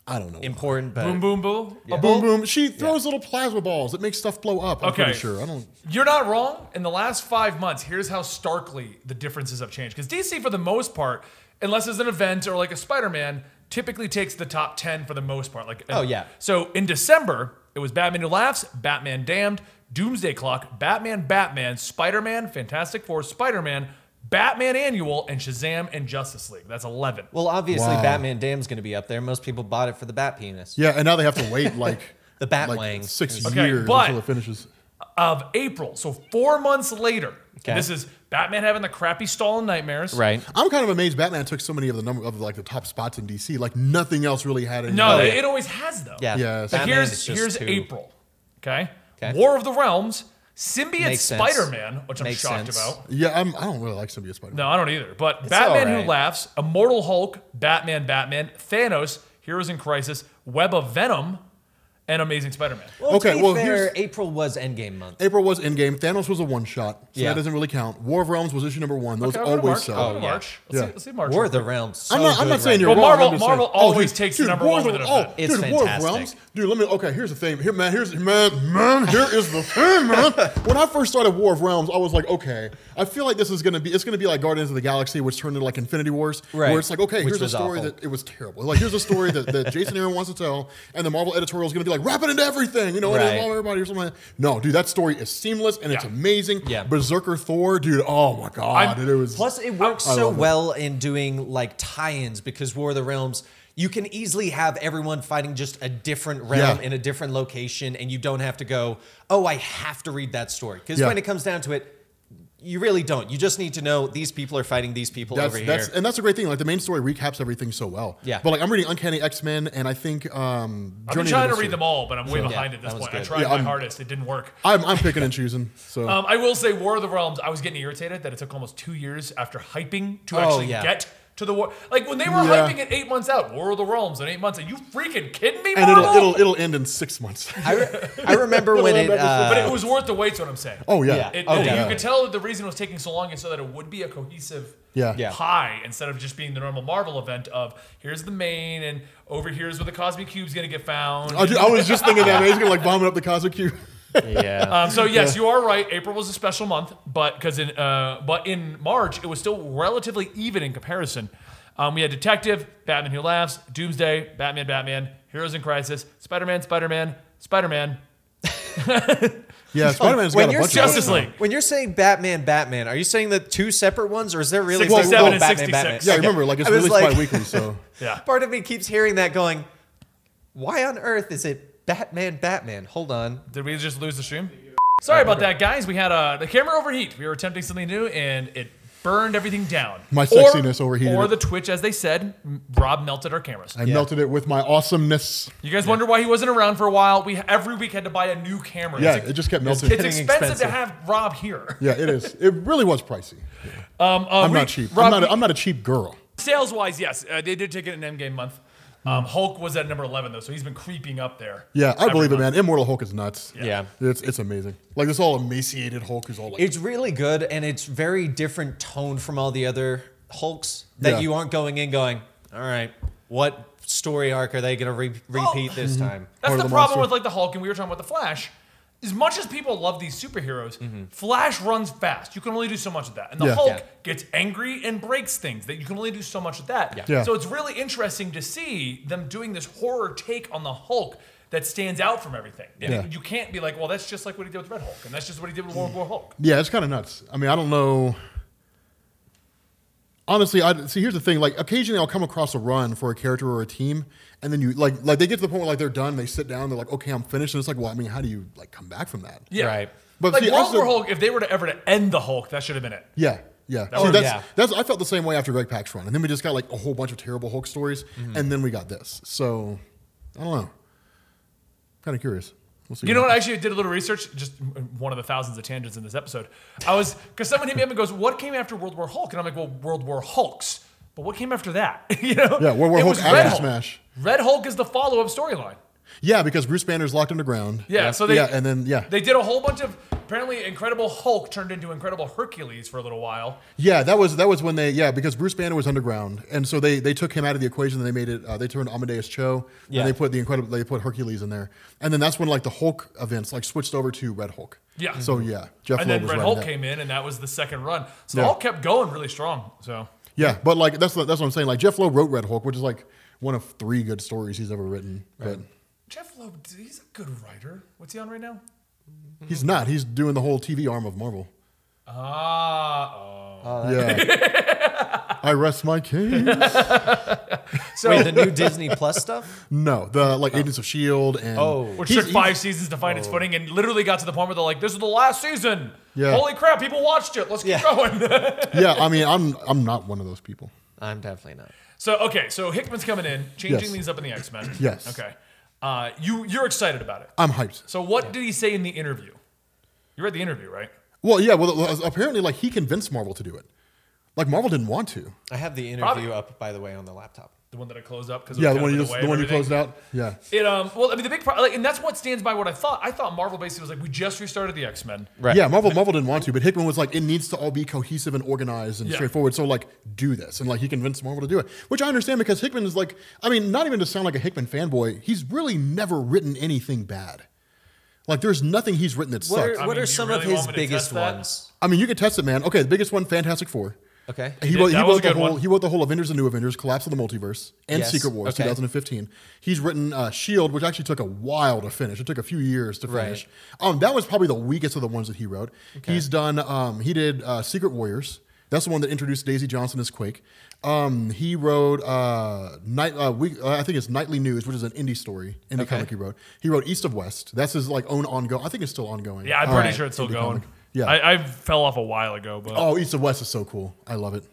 S3: I don't know.
S2: important, but
S1: Boom, boom, boom. A
S3: Boom
S1: bull-
S3: Boom. She throws little plasma balls that make stuff blow up. I'm
S1: Okay.
S3: pretty sure. I don't.
S1: You're not wrong. In the last five months, here's how starkly the differences have changed. Because DC, for the most part, unless it's an event or like a Spider Man, typically takes the top 10 for the most part. Like,
S2: Oh, yeah.
S1: So in December, it was Batman Who Laughs, Batman Damned, Doomsday Clock, Batman Batman, Spider Man, Fantastic Four, Spider Man, Batman Annual, and Shazam and Justice League. That's 11.
S2: well, obviously
S3: Wow.
S2: Batman Dam's going to be up there. Most people bought it for the bat penis.
S3: Yeah, and now they have to wait like
S2: The Batwang.
S3: like six
S1: Okay,
S3: years
S1: but-
S3: until it finishes.
S1: Of April. So four months later,
S2: Okay.
S1: this is Batman having the crappy stall and nightmares.
S2: Right.
S3: I'm kind of amazed Batman took so many of the number of like the top spots in DC. Like nothing else really had any.
S1: No,
S3: like,
S1: it always has though.
S2: Oh, Yeah.
S3: Yes.
S1: So
S2: Batman
S1: here's
S2: is just
S1: here's
S2: too-
S1: April. Okay?
S2: Okay.
S1: War of the Realms, Symbiote
S2: Makes sense.
S1: Spider Man, which I'm
S2: Makes
S1: shocked
S2: sense.
S1: about.
S3: yeah, I'm, I don't really like Symbiote Spider.
S1: No, I don't either. But Batman
S2: all right.
S1: Who Laughs, Immortal Hulk, Batman, Batman, Thanos, Heroes in Crisis, Web of Venom, and Amazing Spider-Man.
S2: Well, okay,
S3: Okay,
S2: to be
S3: well,
S2: fair,
S3: here's-
S2: April was Endgame month.
S3: April was Endgame. Thanos was a one shot, so
S2: Yeah.
S3: that doesn't really count. War of Realms was issue number one. Those
S1: Okay, I'll go to March.
S3: always
S1: I'll go
S3: sell.
S1: to
S2: yeah.
S1: March. Let's,
S3: Yeah.
S1: see, let's see March.
S2: War of the Realms. So
S3: I'm not. I'm
S2: good
S3: not saying
S2: right
S3: you're
S2: now.
S1: Well,
S3: wrong.
S1: Marvel-
S3: I'm just
S1: Marvel
S3: saying- oh,
S1: always
S3: dude,
S1: takes
S3: dude,
S1: number
S3: War
S1: one
S3: of
S1: with
S3: the-
S1: an
S3: Oh,
S1: effect.
S2: It's
S3: dude, War of
S2: fantastic.
S3: Realms, dude. Let me. Okay, here's the thing. Here, man. Here's man, man. Here is the thing, man. When I first started War of Realms, I was like, okay, I feel like this is gonna be. It's gonna be like Guardians of the Galaxy, which turned into like Infinity Wars,
S2: Right.
S3: where it's like, okay,
S2: Which
S3: here's a
S2: was
S3: story
S2: awful.
S3: that it was terrible. Like here's a story that, that Jason Aaron wants to tell, and the Marvel editorial is gonna be like, wrap it into everything, you know, and
S2: Right.
S3: involve everybody or something. Like that. No, dude, that story is seamless and it's
S1: Yeah.
S3: amazing.
S2: Yeah.
S3: Berserker Thor, dude. Oh my god,
S1: I'm-
S3: dude, it was.
S2: Plus, it works so well in doing like tie-ins because War of the Realms. You can easily have everyone fighting just a different realm
S3: Yeah.
S2: in a different location, and you don't have to go, "Oh, I have to read that story." Because
S3: Yeah.
S2: when it comes down to it, you really don't. You just need to know these people are fighting these people
S3: That's,
S2: over
S3: that's
S2: here.
S3: and that's a great thing. Like the main story recaps everything so well.
S2: Yeah.
S3: But like I'm reading Uncanny X Men, and I think um,
S1: I've been
S3: Journey
S1: trying
S3: into
S1: to
S3: the
S1: read them all, but I'm way behind
S2: Yeah,
S1: at this
S2: that was
S1: point. I
S2: good.
S1: tried
S3: Yeah,
S1: my
S3: I'm-
S1: hardest; it didn't work.
S3: I'm, I'm picking and choosing. So
S1: Um, I will say, War of the Realms. I was getting irritated that it took almost two years after hyping to
S2: Oh,
S1: actually
S2: yeah.
S1: get to the war. Like when they were
S3: Yeah.
S1: hyping it eight months out, War of the Realms in eight months. Are you freaking kidding me?
S3: and it'll,
S1: Marvel?
S3: it'll it'll end in six months.
S2: I, re- I remember when it. Uh,
S1: but it was worth the wait. Is what I'm saying.
S3: oh yeah.
S2: yeah.
S1: It,
S2: Oh,
S1: it- you
S2: definitely.
S1: could tell that the reason it was taking so long is so that it would be a cohesive
S3: Yeah.
S2: Yeah.
S1: pie instead of just being the normal Marvel event of here's the main and over here's where the Cosmic Cube's gonna get found.
S3: I, ju- I was just thinking that man, he's gonna like vomit up the cosmic cube.
S2: yeah.
S1: Um, so yes, you are right. April was a special month, but because in uh, but in March it was still relatively even in comparison. Um, we had Detective, Batman Who Laughs, Doomsday, Batman, Batman, Heroes in Crisis, Spider Man, Spider Man, Spider Man.
S3: Yeah, Spider Man's
S2: When
S3: got a
S2: you're saying,
S3: bunch of
S1: Justice League.
S2: When you're saying Batman, Batman, are you saying the two separate ones, or is there really
S1: 67
S2: Oh,
S1: and 66.
S3: Yeah,
S2: Okay.
S3: remember like it's
S2: I was
S3: released
S2: like-
S3: bi weekly, so
S1: Yeah.
S2: Part of me keeps hearing that going, why on earth is it Batman, Batman? Hold on.
S1: Did we just lose the stream? Sorry about that, guys. We had uh, the camera overheat. We were attempting something new, and it burned everything down.
S3: My
S1: Or-
S3: sexiness overheated
S1: Or
S3: it.
S1: the Twitch, as they said, m- Rob melted our cameras.
S3: I melted it with my awesomeness.
S1: You guys wonder why he wasn't around for a while. We every week had to buy a new camera.
S3: Yeah,
S1: it's,
S3: it just kept
S1: it's
S3: melting.
S1: expensive, to
S2: expensive.
S1: have Rob here.
S3: Yeah, it is. It really was pricey.
S1: Um, uh,
S3: I'm
S1: we-
S3: not cheap.
S1: Rob,
S3: I'm not.
S1: we-
S3: A, I'm not a cheap girl.
S1: Sales wise, yes, uh, they did take it in Endgame month. Um, Hulk was at number eleven though, so he's been creeping up there.
S3: Yeah, I
S1: every
S3: believe it,
S1: month.
S3: man. Immortal Hulk is nuts.
S2: Yeah.
S3: It's it's amazing. Like this all emaciated Hulk who's all like
S2: It's really good, and it's very different tone from all the other Hulks that
S3: Yeah.
S2: you aren't going in going, all right, what story arc are they going to re- repeat this time?
S1: That's
S3: Or
S1: the,
S3: the
S1: problem
S3: monster.
S1: with like the Hulk, and we were talking about the Flash. As much as people love these superheroes, Flash runs fast. You can only do so much of that. And the
S3: Yeah.
S1: Hulk
S2: Yeah.
S1: gets angry and breaks things. That you can only do so much of that.
S3: Yeah.
S1: So it's really interesting to see them doing this horror take on the Hulk that stands out from everything. And
S3: Yeah.
S1: You can't be like, well, that's just like what he did with Red Hulk, and that's just what he did with World War Hulk.
S3: Yeah, it's kind of nuts. I mean, I don't know. Honestly, I see. Here's the thing: like, occasionally I'll come across a run for a character or a team, and then you like, like they get to the point where like they're done, they sit down, they're like, "Okay, I'm finished." And it's like, well, I mean, how do you like come back from that?
S1: Yeah.
S2: Right.
S1: But
S3: But
S1: like
S3: see,
S1: World
S3: also-
S1: War Hulk, if they were to ever to end the Hulk, that should have been it.
S3: yeah, yeah.
S1: That
S3: see,
S1: was-
S3: that's,
S2: yeah.
S3: that's I felt the same way after Greg Pak's run, and then we just got like a whole bunch of terrible Hulk stories,
S1: Mm-hmm.
S3: and then we got this. So I don't know. Kind of curious. We'll see.
S1: You know what? I actually did a little research, just one of the thousands of tangents in this episode. I was, because someone hit me up and goes, What came after World War Hulk? And I'm like, Well, World War Hulks. But what came after that? you know?
S3: Yeah, World War
S1: It
S3: Hulk
S1: was
S3: after
S1: Red Hulk.
S3: Smash.
S1: Red Hulk is the follow up storyline.
S3: Yeah, because Bruce Banner's locked underground.
S1: Yeah, so they-
S3: yeah, and then yeah,
S1: They did a whole bunch of, apparently, Incredible Hulk turned into Incredible Hercules for a little while.
S3: Yeah, that was that was when they yeah because Bruce Banner was underground, and so they they took him out of the equation. And they made it uh, they turned Amadeus Cho,
S2: Yeah.
S3: and they put the incredible they put Hercules in there, and then that's when like the Hulk events like switched over to Red Hulk.
S1: Yeah.
S3: So yeah, Jeff
S1: And
S3: Loeb
S1: then
S3: was
S1: Red
S3: running
S1: Hulk
S3: that.
S1: came in, and that was the second run. So the
S3: Yeah.
S1: Hulk kept going really strong. So.
S3: Yeah, but like that's what- that's what I'm saying. Like Jeff Lowe wrote Red Hulk, which is like one of three good stories he's ever written.
S1: Jeff Loeb, he's a good writer. What's he on right now?
S3: But he's not. He's doing the whole TV arm of Marvel.
S1: Ah, oh.
S3: Yeah. I rest my case.
S1: so
S2: Wait, the new Disney Plus stuff?
S3: No, the like Agents of Shield E and
S2: Oh.
S1: Which
S3: He's-
S1: took five seasons to find its footing and literally got to the point where they're like, this is the last season.
S3: Yeah.
S1: Holy crap, people watched it. Let's keep going.
S3: yeah. I mean, I'm I'm not one of those people.
S2: I'm definitely not.
S1: so, okay, so Hickman's coming in, changing
S3: Yes.
S1: things up in the X Men.
S3: Yes.
S1: Okay. Uh, you, you're excited about it.
S3: I'm hyped.
S1: So, what did he say in the interview? You read the interview, right?
S3: Well, yeah. Well, well, apparently, like he convinced Marvel to do it. Like Marvel didn't want to.
S2: I have the interview
S1: Probably.
S2: up, by the way, on the laptop.
S1: The one that I closed up because
S3: Yeah, the one you just, the one you closed out. Yeah.
S1: It um well I mean the big pro- like, and that's what stands by what I thought. I thought Marvel basically was like we just restarted the X Men.
S2: Right.
S3: Yeah, Marvel Marvel didn't want to, but Hickman was like, it needs to all be cohesive and organized and
S1: Yeah.
S3: straightforward. So like, do this, and like he convinced Marvel to do it, which I understand because Hickman is like, I mean, not even to sound like a Hickman fanboy, he's really never written anything bad. Like, there's nothing he's written that
S2: What
S3: sucks.
S2: are, what
S1: mean, you
S2: are some
S1: really
S2: of his
S1: want me to
S2: biggest
S1: test that?
S2: ones?
S3: I mean, you could test it, man. Okay, the biggest one, Fantastic Four.
S2: Okay.
S3: He
S1: did-
S3: wrote, he
S1: that was
S3: wrote
S1: a
S3: the
S1: good
S3: whole
S1: one.
S3: he wrote the whole Avengers and New Avengers, Collapse of the Multiverse, and
S2: Yes,
S3: Secret Wars
S2: okay.
S3: 2015. He's written uh, Shield, which actually took a while to finish. It took a few years to
S2: Right.
S3: finish. Um, that was probably the weakest of the ones that he wrote. He's done. Um, he did uh, Secret Warriors. That's the one that introduced Daisy Johnson as Quake. Um, he wrote uh, night. Uh, week, uh, I think it's Nightly News, which is an indie story, indie
S2: Okay.
S3: comic he wrote. He wrote East of West. That's his like own ongoing. I think it's still ongoing.
S1: Yeah, I'm
S3: Um,
S1: pretty
S2: right.
S1: sure it's still
S3: Indie
S1: going.
S3: comic. Yeah.
S1: I, I fell off a while ago, but
S3: oh, East of West is so cool. I love it.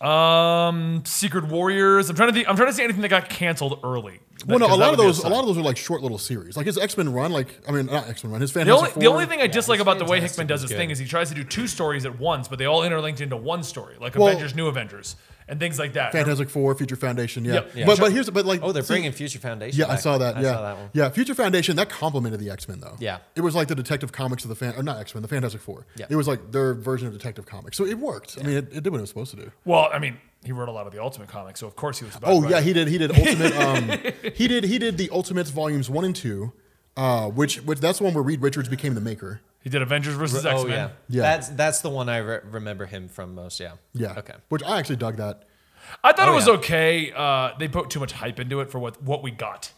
S1: Um, Secret Warriors. I'm trying to think. I'm trying to see anything that got canceled early.
S3: Well, no,
S1: Because
S3: a
S1: that
S3: lot of
S1: would be
S3: those, a
S1: sign.
S3: lot of those are like short little series. Like his X Men run, like I mean, not X Men run. His
S1: The
S3: Fantastic
S1: only, the
S3: Four-
S1: only thing I dislike
S2: it's
S1: about the way
S2: fantastic.
S1: Hickman does his
S2: It's
S1: thing
S2: good.
S1: is he tries to do two stories at once, but they all interlinked into one story, like
S3: Well-
S1: Avengers, New Avengers, and things like that.
S3: Fantastic Four, Future Foundation. Yeah,
S1: Yep. Yeah.
S3: but but here's but like
S2: Oh, they're
S3: see-
S2: bringing Future Foundation.
S3: Yeah, I
S2: back.
S3: saw that.
S2: I
S3: yeah,
S2: saw that one.
S3: yeah. Future Foundation that complemented the X Men though.
S2: Yeah.
S3: it was like the Detective Comics of the fan, or not X Men, the Fantastic Four.
S2: Yeah.
S3: it was like their version of Detective Comics. So it worked. I mean, it, it did what it was supposed to do.
S1: Well, I mean, he wrote a lot of the Ultimate comics, so of course he was. About
S3: Oh
S1: right.
S3: yeah, he did. He did Ultimate. Um, he did. He did the Ultimates volumes one and two, uh, which which that's the one where Reed Richards became the maker.
S1: He did Avengers versus X
S2: Oh
S1: Men.
S2: yeah.
S3: Yeah.
S2: That's that's the one I re- remember him from most. Yeah.
S3: Oh, Yeah.
S2: Okay.
S3: Which I actually dug that.
S1: I thought it was
S2: Oh, yeah.
S1: okay. Uh, they put too much hype into it for what what we got.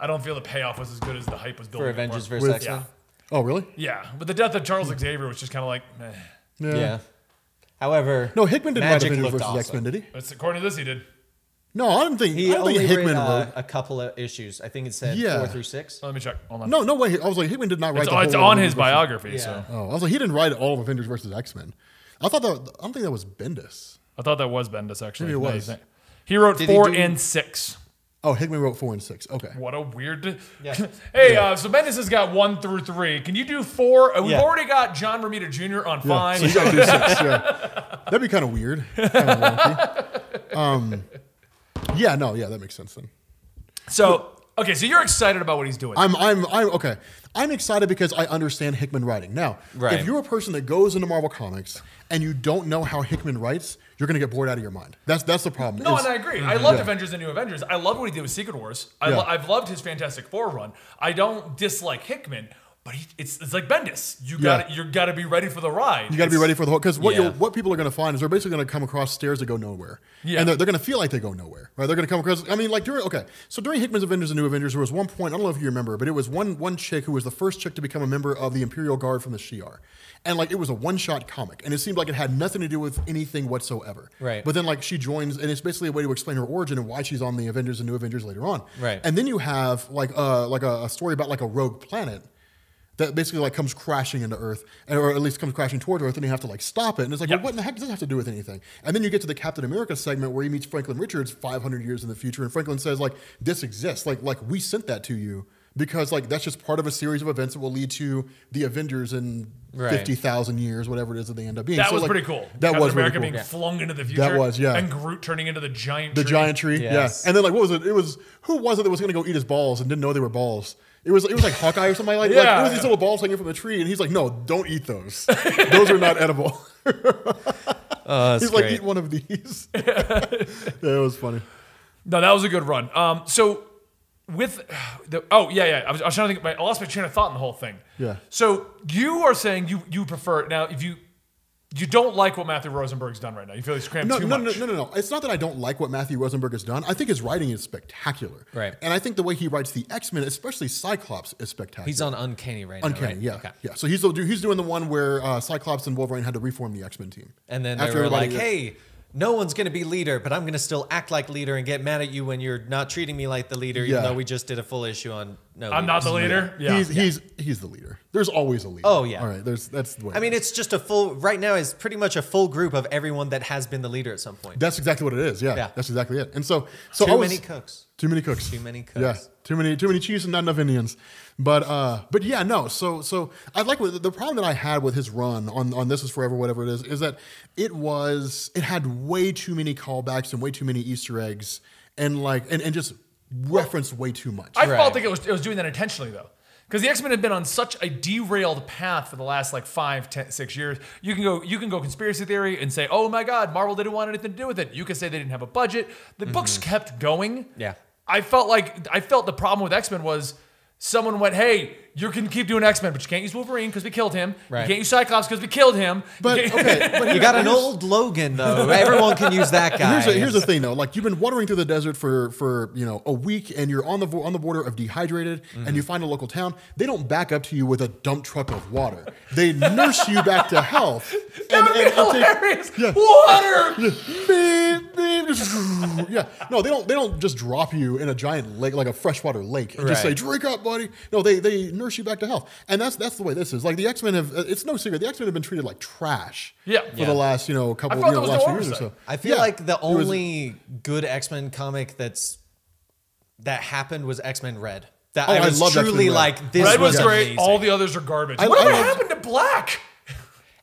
S1: I don't feel the payoff was as good as the hype was building.
S2: For
S1: it
S2: Avengers
S1: for.
S2: versus
S3: With-
S2: X Men.
S3: Oh really?
S1: Yeah, but the death of Charles Xavier was just kind of like, meh.
S2: Yeah. However,
S3: No, Hickman didn't
S2: Magic
S3: write Avengers
S2: looked
S3: versus
S2: awesome.
S3: X Men, did he?
S1: That's- according to this, he did.
S3: No, I don't think.
S2: He
S3: I don't
S2: only
S3: think Hickman
S2: wrote, uh,
S3: wrote.
S2: a couple of issues. I think it said
S3: Yeah.
S2: four through six.
S1: Let me check. Hold on.
S3: No, no way. I was like, Hickman did not write.
S1: it's,
S3: the
S1: it's
S3: whole
S1: on
S3: Avengers
S1: his
S3: versus-
S1: biography.
S2: Yeah.
S1: So
S3: Oh, I was like, he didn't write all of Avengers versus X Men. I thought that. I don't think that was Bendis.
S1: I thought that was Bendis actually.
S3: Maybe it
S1: Now you
S3: was.
S1: think- He wrote
S2: Did he
S1: four
S2: do-
S1: and six.
S3: Oh, Hickman wrote four and six. Okay.
S1: What a weird.
S2: Yeah.
S1: hey, uh, so Bendis has got one through three. Can you do four? Uh, we've
S2: Yeah.
S1: already got John Romita Jr. on
S3: Yeah,
S1: fine.
S3: So you gotta do six. Yeah. uh, That'd be kind of weird. Kinda wonky. um, yeah. No. Yeah, that makes sense then.
S1: So okay, so you're excited about what he's doing.
S3: I'm, I'm, I'm okay. I'm excited because I understand Hickman writing. Now,
S2: Right.
S3: if you're a person that goes into Marvel Comics and you don't know how Hickman writes, you're gonna get bored out of your mind. That's that's the problem.
S1: no,
S3: It's-
S1: and I agree.
S2: Mm-hmm.
S1: I loved
S3: Mm-hmm. Yeah.
S1: Avengers and New Avengers. I loved what he did with Secret Wars. I
S3: Yeah.
S1: lo- I've loved his Fantastic Four run. I don't dislike Hickman, but he, it's it's like Bendis. You
S3: Yeah.
S1: got to you got to be ready for the ride.
S3: You got to be
S1: It's-
S3: ready for the whole because what
S2: Yeah.
S3: you'll, what people are going to find is they're basically going to come across stairs that go nowhere,
S1: Yeah.
S3: and they're, they're going to feel like they go nowhere, right? They're going to come across. I mean, like during okay, so during Hickman's Avengers and New Avengers, there was one point I don't know if you remember, but it was one one chick who was the first chick to become a member of the Imperial Guard from the Shi'ar, and like it was a one shot comic, and it seemed like it had nothing to do with anything whatsoever,
S2: Right.
S3: But then like she joins, and it's basically a way to explain her origin and why she's on the Avengers and New Avengers later on,
S2: Right.
S3: And then you have like uh like a, a story about like a rogue planet that basically like comes crashing into Earth, or at least comes crashing toward Earth, and you have to like stop it. And it's like,
S1: Yeah.
S3: well, what in the heck does that have to do with anything? And then you get to the Captain America segment where he meets Franklin Richards 500 years in the future, and Franklin says like, this exists, like like we sent that to you because like that's just part of a series of events that will lead to the Avengers in
S2: Right.
S3: 50,000 years, whatever it is that they end up being.
S1: That
S3: So,
S1: was
S3: like,
S1: pretty cool.
S3: That
S1: Captain
S3: was really
S1: America
S3: cool.
S1: being flung into the future.
S3: was, yeah.
S1: And Groot turning into the giant.
S3: The
S1: tree.
S3: giant tree,
S2: Yes.
S3: yeah. And then like, what was it? It was who was it that was going to go eat his balls and didn't know they were balls? It was it was like Hawkeye or something like that.
S1: Yeah,
S3: it was
S1: yeah.
S3: these little balls hanging from the tree, and he's like, "No, don't eat those. those are not edible."
S2: Oh, that's
S3: he's like, "Eat one of these." yeah, it was funny.
S1: No, that was a good run. Um, so with the oh yeah yeah, I was, I was trying to think. About, I lost my train of thought in the whole thing.
S3: Yeah.
S1: So you are saying you you prefer now if you you don't like what Matthew Rosenberg's done right now. You feel he's crammed
S3: No,
S1: too
S3: no,
S1: much.
S3: no, no, no, no. It's not that I don't like what Matthew Rosenberg has done. I think his writing is spectacular.
S2: Right.
S3: And I think the way he writes the X Men, especially Cyclops, is spectacular.
S2: He's on Uncanny right now.
S3: Uncanny,
S2: right?
S3: yeah,
S2: Okay.
S3: yeah. So he's the, he's doing the one where uh, Cyclops and Wolverine had to reform the X Men team,
S2: And then
S3: After
S2: they were
S3: everybody-
S2: like, hey, no one's going to be leader, but I'm going to still act like leader and get mad at you when you're not treating me like the leader,
S3: Yeah.
S2: even though we just did a full issue on no.
S1: I'm not the
S2: leaders.
S1: leader. Yeah.
S3: he's he's he's the leader. There's always a leader.
S2: Oh, yeah.
S3: All right. There's that's the way.
S2: I mean, it's just a full. Right now is pretty much a full group of everyone that has been the leader at some point.
S3: that's exactly what it is. Yeah,
S2: Yeah.
S3: That's exactly it. And so so
S2: Too
S3: I was-
S2: many cooks.
S3: Too many cooks.
S2: Too many cooks.
S3: Yeah. Too many too many chiefs and not enough Indians. But uh but yeah, no. So so I like what the problem that I had with his run on on this is forever whatever it is is that it was it had way too many callbacks and way too many easter eggs and like and and just referenced way too much.
S1: I felt
S2: Right.
S1: like it was it was doing that intentionally though. Because the X Men have been on such a derailed path for the last like five, ten, six years. You can go, you can go conspiracy theory and say, "Oh my God, Marvel didn't want anything to do with it." You could say they didn't have a budget. The books kept going.
S2: Mm-hmm. Yeah.
S1: I felt like I felt the problem with X Men was someone went, "Hey, you can keep doing X Men, but you can't use Wolverine because we killed him. You
S2: Right.
S1: can't use Cyclops because we killed him."
S3: But
S1: You can't-
S3: okay, but
S2: You
S3: here-
S2: got an old Logan though. Everyone can use that guy.
S3: Here's, a, here's the thing though, like you've been wandering through the desert for for you know a week, and you're on the vo- on the border of dehydrated, and you
S1: Mm-hmm.
S3: find a local town. They don't back up to you with a dump truck of water. They nurse you back to health.
S1: that would be
S3: and take-
S1: hilarious. Water.
S3: Beep, beep, just- yeah, no, they don't. They don't just drop you in a giant lake, like a freshwater lake, and just say,
S2: Right.
S3: "Drink up, buddy." No, they they nurse you back to health, and that's that's the way this is. Like the X Men have, uh, it's no secret, the X Men have been treated like trash.
S1: Yeah.
S3: for
S1: Yeah.
S3: the last you know couple,
S1: thought
S3: you know,
S1: that was the
S3: last few years or so.
S1: oversight.
S2: I feel
S3: Yeah.
S2: like the
S3: It was-
S2: only good X Men comic that's that happened was X Men Red. That
S3: Oh,
S2: I
S3: I
S2: was
S3: love X-Men
S2: truly
S3: Red. Oh,
S2: like this
S1: Red was great.
S2: amazing.
S1: All the others are garbage.
S3: I-
S1: Whatever
S3: I loved-
S1: happened to Black?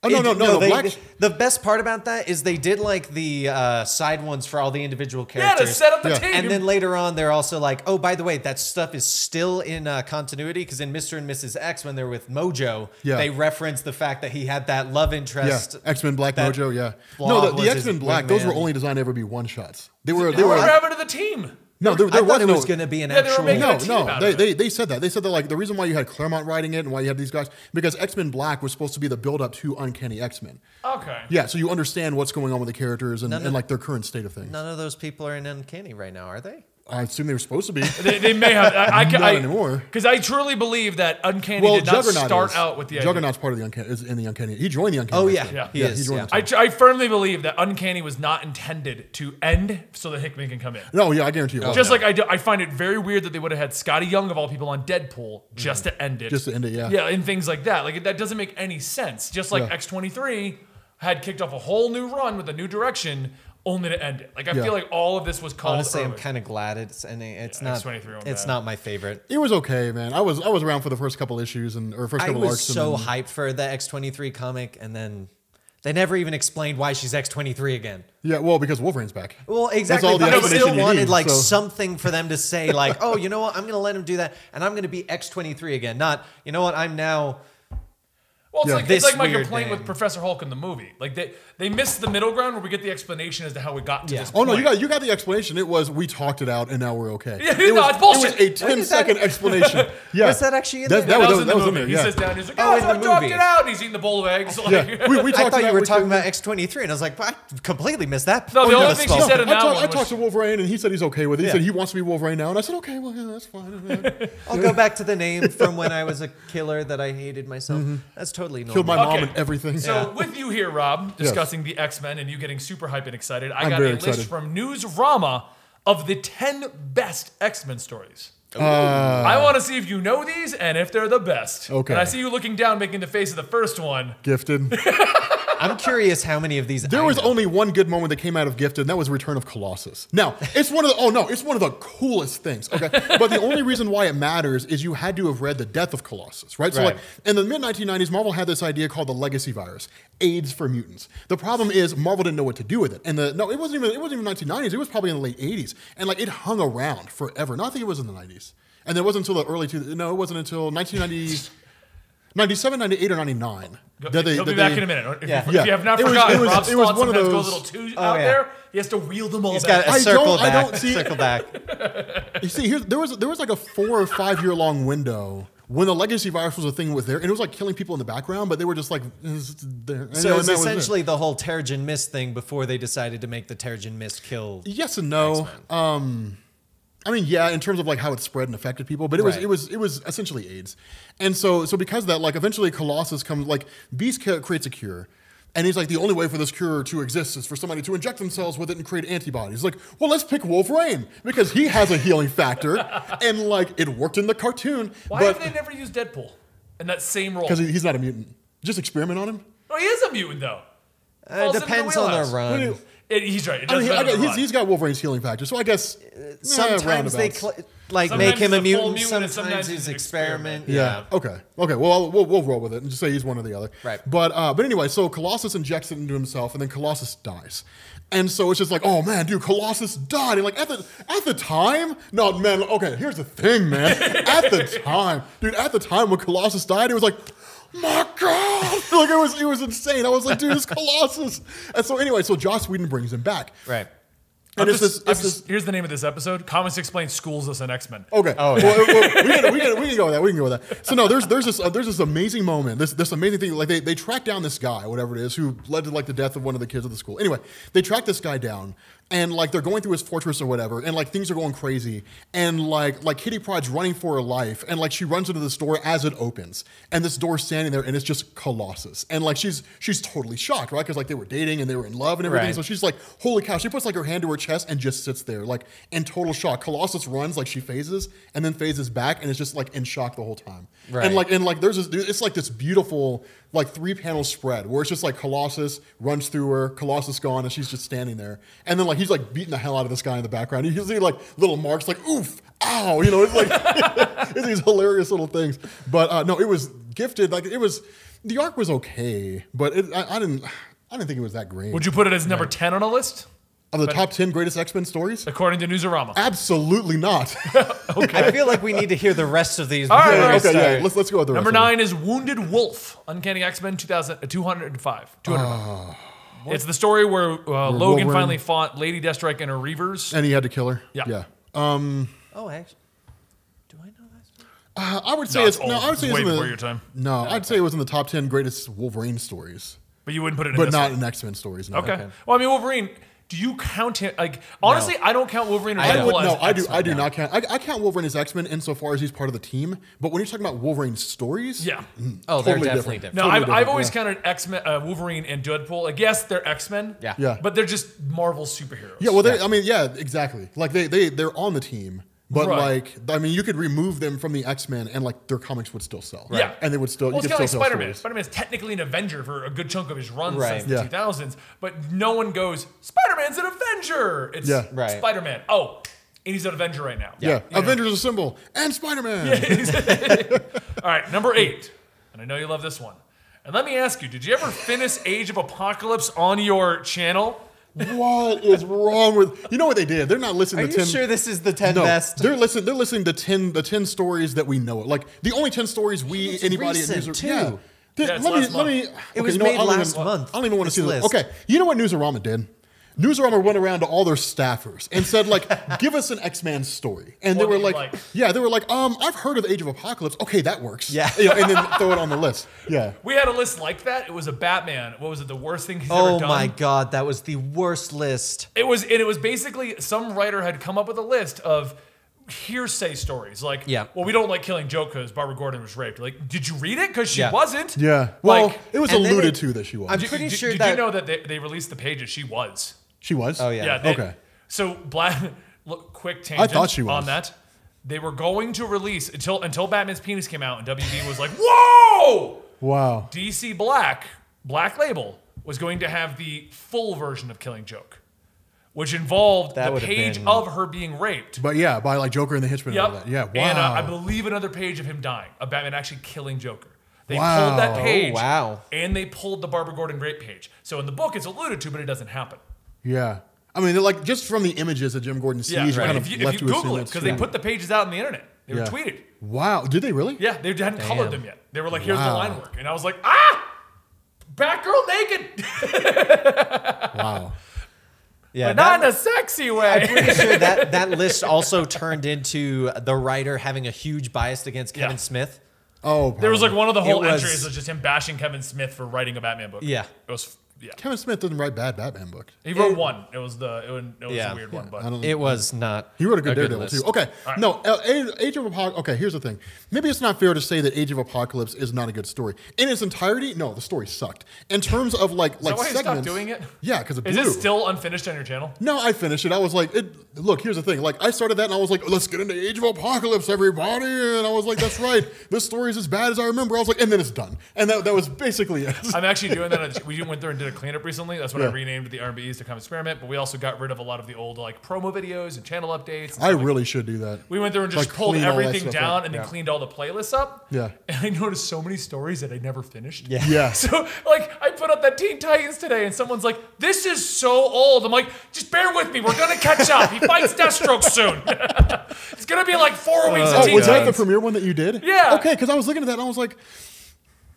S3: Oh no,
S2: It-
S3: no, no, no.
S2: they-
S3: Black,
S2: The best part about that is they did like the uh, side ones for all the individual
S1: Yeah,
S2: characters.
S1: to set up the
S3: Yeah.
S1: team.
S2: and then later on, they're also like, oh, by the way, that stuff is still in uh, continuity because in Mr. and Mrs. X, when they're with Mojo,
S3: Yeah.
S2: they reference the fact that he had that love
S3: Yeah,
S2: interest.
S3: X Men Black
S2: that
S3: Mojo. Yeah,
S2: Blob
S3: no, the,
S2: was
S3: the
S2: his
S3: X Men Black.
S2: wingman.
S3: Those were only designed to ever be one shots. They were. They
S1: They were
S3: were.
S1: to the team.
S3: No, there,
S2: I
S3: there
S2: thought
S3: was
S2: it
S3: no.
S2: was going to be an
S1: Yeah, they were
S2: actual.
S1: making a
S3: no,
S1: team
S3: no,
S1: out
S3: they,
S1: of
S3: they they said that. They said that like the reason why you had Claremont writing it and why you had these guys because X Men Black was supposed to be the build up to Uncanny X Men.
S1: Okay.
S3: Yeah, so you understand what's going on with the characters and, and like their current state of things.
S2: None of those people are in Uncanny right now, are they?
S3: I assume they were supposed to be.
S1: They, they may have. I, I,
S3: Not
S1: I,
S3: anymore.
S1: Because I truly believe that Uncanny
S3: well,
S1: did not
S3: Juggernaut
S1: start
S3: is.
S1: out with the idea.
S3: Juggernaut's part of the Uncanny. Is in the Uncanny. He joined the Uncanny.
S2: Oh yeah,
S3: X-Men.
S1: Yeah.
S2: he
S3: Yeah, he
S2: is.
S3: joined
S2: yeah.
S3: the
S1: I, tr- I firmly believe that Uncanny was not intended to end so that Hickman can come in.
S3: Oh, No, yeah, I guarantee you. it was.
S1: Just like I, do, I find it very weird that they would have had Scotty Young of all people on Deadpool just to end it.
S3: Mm. Just to end it, yeah.
S1: Yeah, and things like that. Like that doesn't make any sense. Just like
S3: Yeah.
S1: X twenty three had kicked off a whole new run with a new direction, only to end it. Like I
S3: Yeah.
S1: feel like all of this was called.
S2: Honestly, I'm
S1: early.
S2: kind of glad it's ending. It's
S1: Yeah,
S2: not.
S1: X23 owned
S2: It's
S1: that.
S2: not my favorite.
S3: it was okay, man. I was I was around for the first couple issues and or first
S2: I
S3: couple
S2: was
S3: arcs. and
S2: so
S3: then-
S2: hyped for the X23 comic, and then they never even explained why she's X23 again.
S3: Yeah, well, because Wolverine's back.
S2: Well, exactly.
S3: all the
S2: But I
S1: explanation
S2: still
S1: you
S2: wanted
S3: need,
S2: like
S3: so-
S2: something for them to say, like, "Oh, you know what? I'm going to let him do that, and I'm going to be X23 again." Not, you know what? I'm now.
S1: Well, it's
S3: Yeah.
S1: like it's like
S2: This
S1: my
S2: weird
S1: complaint with
S2: thing.
S1: Professor Hulk in the movie. Like they they missed the middle ground where we get the explanation as to how we got to
S2: Yeah.
S1: this.
S3: Oh no, you
S1: point.
S3: got you got the explanation. It was we talked it out and now we're okay.
S1: Yeah,
S3: it
S1: no,
S3: was,
S1: it's bullshit.
S3: It was a
S2: When
S3: 10
S2: is that-
S3: second explanation. Yeah,
S2: Was that actually in
S3: That-
S2: there?
S3: That,
S1: That
S3: was,
S1: was in
S3: that
S1: the
S3: was in
S1: movie.
S3: there.
S1: He
S3: Yeah,
S1: sits down. and He's like,
S2: Oh,
S1: "Oh,
S2: in
S1: so I
S2: the
S1: talked
S2: movie.
S1: it out." And he's eating the bowl of eggs. Like,
S3: yeah. We, we talked
S2: I thought
S3: it
S2: you
S3: out
S2: were
S3: with
S2: talking
S3: you.
S2: about X23, and I was like, "Well, I completely missed that."
S1: No, the
S2: part of
S1: only thing she
S2: spot."
S1: said in
S3: I,
S1: that
S3: talked,
S1: one
S3: I
S1: was-
S3: talked to Wolverine and he said he's okay with it. He
S2: Yeah.
S3: said he wants to be Wolverine now, and I said okay, well yeah, that's fine.
S2: I'll go back to the name from when I was a killer that I hated myself. That's totally normal.
S3: Mm-hmm. Killed my mom
S1: Okay.
S3: and everything.
S1: So with you here, Rob, discussing the X Men and you getting super hype and excited, I got a
S3: very
S1: list
S3: excited.
S1: from Newsrama of the ten best X Men stories. I want to see if you know these and if they're the best.
S3: Okay.
S1: And I see you looking down, making the face of the first one.
S3: Gifted.
S2: I'm curious how many of these.
S3: There
S2: I
S3: was
S2: know.
S3: only one good moment that came out of Gifted, and that was Return of Colossus. Now, it's one of the oh no, it's one of the coolest things. Okay, but the only reason why it matters is you had to have read the Death of Colossus, right? So
S2: Right.
S3: like in the mid 1990s, Marvel had this idea called the Legacy Virus, AIDS for mutants. The problem is Marvel didn't know what to do with it, and the no, it wasn't even it wasn't even 1990s. It was probably in the late 80s, and like it hung around forever. No, I think it was in the 90s, and it wasn't until the early two. No, it wasn't until 1990. 97, 98, or 99. that they-
S1: He'll be
S3: that they-
S1: back in a minute. If,
S2: Yeah.
S1: you, if
S3: Yeah.
S1: you have not
S3: It was-
S1: forgotten,
S3: it was-
S1: Rob's
S3: it was
S1: thoughts
S3: one of
S1: sometimes go a
S3: those-
S1: little too
S2: Oh,
S1: out
S2: yeah.
S1: there. He has to wheel them all
S2: He's
S1: back.
S2: got a
S3: I
S2: circle
S3: don't- I
S2: back.
S3: don't see-
S2: circle back.
S3: You see, here there was there was like a four or five year long window when the legacy virus was a thing was there, and it was like killing people in the background, but they were just like "It's there. And, you know,
S2: So
S3: and
S2: it's
S3: that was it.
S2: essentially the whole Terrigen Mist thing before they decided to make the Terrigen Mist kill.
S3: yes and no. Um, I mean, yeah, in terms of like how it spread and affected people, but it was
S2: Right.
S3: it was it was essentially AIDS, and so so because of that, like eventually Colossus comes like Beast ca- creates a cure. And he's like, the only way for this cure to exist is for somebody to inject themselves with it and create antibodies. Like, well, let's pick Wolverine because he has a healing factor, and like it worked in the cartoon.
S1: Why
S3: but
S1: have they never used Deadpool in that same role?
S3: because he- he's not a mutant, just experiment on him.
S1: oh, he is a mutant though.
S2: Uh,
S1: Falls into the
S2: depends on
S1: wheelhouse.
S2: the run.
S3: Wait,
S1: It, he's right. It
S3: I mean,
S1: doesn't
S3: I
S1: matter
S3: got-
S1: the
S3: he's,
S1: run.
S3: he's got Wolverine's healing factor, so I guess eh,
S2: Uh, sometimes they
S3: roundabouts.
S2: cl- like
S1: Sometimes
S2: make him
S1: he's
S2: a
S1: a full mutant
S2: mutant,
S1: and
S2: sometimes,
S1: sometimes he's
S2: he's
S1: an
S2: an
S1: experiment.
S2: experiment.
S3: Yeah. Okay. Okay. Well, I'll- we'll we'll roll with it and just say he's one or the other.
S2: Right.
S3: But uh, but anyway, so Colossus injects it into himself, and then Colossus dies, and so it's just like, oh man, dude, Colossus died, and like at the at the time, no man. Okay, here's the thing, man. at the time, dude, at the time when Colossus died, it was like. My God! Like it was, it was insane. I was like, dude, it's Colossus. And so anyway, so Joss Whedon brings him back,
S2: Right.
S1: I'm
S3: and it's
S1: just-
S3: this,
S1: I'm
S3: it's this
S1: just- Here's the name of this episode: Comics Explain Schools Us and X Men.
S3: Okay.
S2: Oh, yeah.
S3: well, well, we, can, we, can, we can go with that. We can go with that. So no, there's there's this uh, there's this amazing moment. This this amazing thing. Like they they track down this guy, whatever it is, who led to like the death of one of the kids at the school. Anyway, they track this guy down, and like they're going through his fortress or whatever, and like things are going crazy, and like like Kitty Pride's running for her life, and like she runs into this door as it opens, and this door's standing there, and it's just Colossus, and like she's she's totally shocked, right? Because like they were dating and they were in love and everything,
S2: Right.
S3: so she's like, holy cow! She puts like her hand to her chest and just sits there, like in total shock. Colossus runs like she phases and then phases back, and is just like in shock the whole time.
S2: Right.
S3: And like and like there's this, dude, it's like this beautiful like three panel spread where it's just like Colossus runs through her, Colossus gone, and she's just standing there. And then like he's like beating the hell out of this guy in the background. You can see like little marks like oof, ow, you know, it's like it's these hilarious little things. But uh, no, it was gifted. Like it was the arc was okay, but it, I, I didn't. I didn't think it was that great.
S1: Would you put it as number ten on a list,
S3: Of the top 10 greatest X Men stories?
S1: according to Newsarama?
S3: Absolutely not.
S2: I feel like we need to hear the rest of these.
S1: right,
S2: before we
S1: all right,
S3: okay,
S2: start.
S3: yeah, let's, let's go with the
S1: Number
S3: rest of
S1: nine is Wounded Wolf, Uncanny X Men 2000, uh, 205. 205. it's the story where uh, Logan
S3: Ah. Wolverine-
S1: finally fought Lady Deathstrike and her Reavers.
S3: them. And he had to kill her?
S1: Yeah.
S3: Yeah.
S2: Oh, actually, do I know that? story?
S3: Uh, I would say
S1: No,
S3: it's,
S1: it's
S3: no,
S1: old.
S3: I would say
S1: It's
S3: it's
S1: way
S3: in the-
S1: before your time.
S3: No, I'd say it was in the top 10 greatest Wolverine stories,
S1: But you wouldn't put it in
S3: but
S1: this
S3: not
S1: one.
S3: in X Men stories. No.
S1: Okay. Well, I mean, Wolverine, do you count him? Like, honestly, I don't count Wolverine or
S2: I
S3: I
S1: Deadpool
S3: would,
S1: as
S3: no, I do.
S1: X-Men.
S3: I do not count. I, I count Wolverine as X Men insofar as he's part of the team. But when you're talking about Wolverine stories,
S1: Yeah.
S2: Oh, they're definitely
S3: Totally different.
S2: different.
S1: No,
S3: Mm-hmm. Totally
S1: I've, I've
S3: different,
S1: always
S3: yeah.
S1: counted X Men, uh, Wolverine and Deadpool. Like, yes, they're X Men.
S2: Yeah.
S3: Yeah.
S1: But they're just Marvel superheroes.
S3: Yeah, well, they, I mean, yeah, exactly. Like they they they're on the team, but
S1: Right.
S3: like I mean, you could remove them from the X Men, and like their comics would still sell.
S1: Yeah.
S3: and they would still.
S1: Well,
S3: you
S1: it's
S3: could
S1: kind of like
S3: still
S1: Spider
S3: sell
S1: Man.
S3: stories.
S1: Spider Man's technically an Avenger for a good chunk of his run
S2: Right.
S1: since the
S3: Yeah.
S1: 2000s, but no one goes, Spider Man's an Avenger. It's
S3: Yeah.
S2: Right.
S1: Spider Man. Oh, and he's an Avenger right now.
S3: Yeah,
S1: You know?
S3: Avengers Assemble and Spider Man.
S1: All right, number eight. And I know you love this one. And let me ask you, did you ever finish Age of Apocalypse on your channel?
S3: What is wrong with you? Know what they did? They're not listening
S2: Are
S3: to
S2: you
S3: ten.
S2: sure this is the ten
S3: no,
S2: best?
S3: they're listening. They're listening to ten. The ten stories that we know. of. Like the only ten stories we
S2: It's
S3: anybody at
S2: recent,
S3: Newsar-
S2: too.
S3: Yeah. Th-
S1: Yeah, it's
S3: let me.
S1: last
S3: Let
S1: month.
S3: me.
S1: It
S2: was
S3: what?
S2: made
S3: I don't
S2: last
S3: even-
S2: month,
S3: I don't even want to
S2: this
S3: see the
S2: list.
S3: Okay, you know what Newsarama did? Newsarama went around to all their staffers and said, like, give us an X-Man story. And they
S1: One
S3: were
S1: that you
S3: like,
S1: like.
S3: yeah, they were like, um, I've heard of Age of Apocalypse. Okay, that works.
S2: Yeah.
S3: You know, and then throw it on the list. Yeah.
S1: We had a list like that. It was a Batman. What was it? The worst thing he's ever
S2: oh
S1: done.
S2: my god, that was the worst list.
S1: It was, and it was basically some writer had come up with a list of hearsay stories. Like,
S2: Yeah.
S1: well, we don't like killing Joe because Barbara Gordon was raped. Like, did you read it? Because she
S2: Yeah.
S1: wasn't.
S3: Yeah. Well,
S1: like,
S3: it was
S2: and then
S3: alluded
S2: it-
S3: to that she was.
S2: I'm
S1: did,
S2: pretty
S1: did-
S2: sure
S1: did
S2: that.
S1: you know that they, they released the pages? She was.
S3: she was?
S2: Oh, yeah.
S1: Yeah. they-
S3: Okay.
S1: So, black. Look, quick tangent.
S3: thought she was.
S1: on that. They were going to release until until Batman's penis came out, and WB was like, "Whoa!"
S3: Wow.
S1: DC Black, Black Label, was going to have the full version of Killing Joke, which involved
S2: That
S1: the
S2: would've
S1: page
S2: been-
S1: of her being raped.
S3: But yeah, by like Joker and the Hitchman and all
S1: Yep.
S3: that. Yeah. Wow.
S1: And uh, I believe another page of him dying, of Batman actually killing Joker. They
S3: Wow.
S1: pulled that
S3: Oh,
S1: page.
S2: wow.
S1: And they pulled the Barbara Gordon rape page. So in the book, it's alluded to, but it doesn't happen.
S3: yeah. I mean, they're like just from the images that Jim Gordon sees,
S1: Yeah,
S3: you kind
S1: if
S3: of
S1: you,
S3: left
S1: if you
S3: to assume
S1: Google it,
S3: that's
S1: because they
S3: true.
S1: put the pages out on the internet, they
S3: Yeah.
S1: were tweeted.
S3: Wow. Did they really?
S1: Yeah, they hadn't colored them yet. They were like, "Here's the
S3: Wow.
S1: line work," and I was like, "Ah, Batgirl naked,
S3: Wow.
S2: yeah,
S1: but
S2: that-
S1: not in a sexy way."
S2: pretty sure that that list also turned into the writer having a huge bias against Kevin
S1: Yeah.
S2: Smith.
S3: Oh,
S1: There was like one of the whole
S2: It was-
S1: entries was just him bashing Kevin Smith for writing a Batman book.
S2: Yeah.
S1: It was Yeah.
S3: Kevin Smith doesn't write bad Batman book.
S1: He wrote one. It was the it was, it was
S2: Yeah.
S1: a weird one,
S3: I
S1: but
S3: don't-
S2: It was not.
S3: He wrote a good
S2: a good
S3: Daredevil
S2: list.
S3: too. Okay, no, uh, Age, Age of Apocalypse. Okay, here's the thing. Maybe it's not fair to say that Age of Apocalypse is not a good story in its entirety. No, the story sucked in terms of like like
S1: that why you stopped
S3: segments.
S1: doing it?
S3: Yeah, because it
S1: is
S3: blew.
S1: it still unfinished on your channel?
S3: No, I finished it. I was like, it, look, here's the thing. Like, I started that and I was like, let's get into Age of Apocalypse, everybody. And I was like, that's right. This story's as bad as I remember. I was like, and then it's done. And that, that was basically it.
S1: I'm actually doing that. On, we went there and did a cleanup recently. That's when I
S3: Yeah.
S1: renamed the RBEs to Comic Experiment. But we also got rid of a lot of the old like promo videos and channel updates.
S3: I really should do that.
S1: we went there and just
S3: Like,
S1: pulled
S3: clean all that
S1: everything
S3: stuff
S1: down
S3: up.
S1: and then
S3: Yeah.
S1: cleaned all the playlists up.
S3: Yeah.
S1: And I noticed so many stories that I never finished.
S2: Yeah.
S3: Yes.
S1: So like I put up that Teen Titans today and someone's like, "This is so old." I'm like, "Just bear with me. We're gonna catch up. He fights Deathstroke soon. it's gonna be like four weeks of
S3: Oh,
S1: Teen
S3: was that
S1: Titans.
S3: the premiere one that you did?
S1: Yeah.
S3: Okay, because I was looking at that and I was like,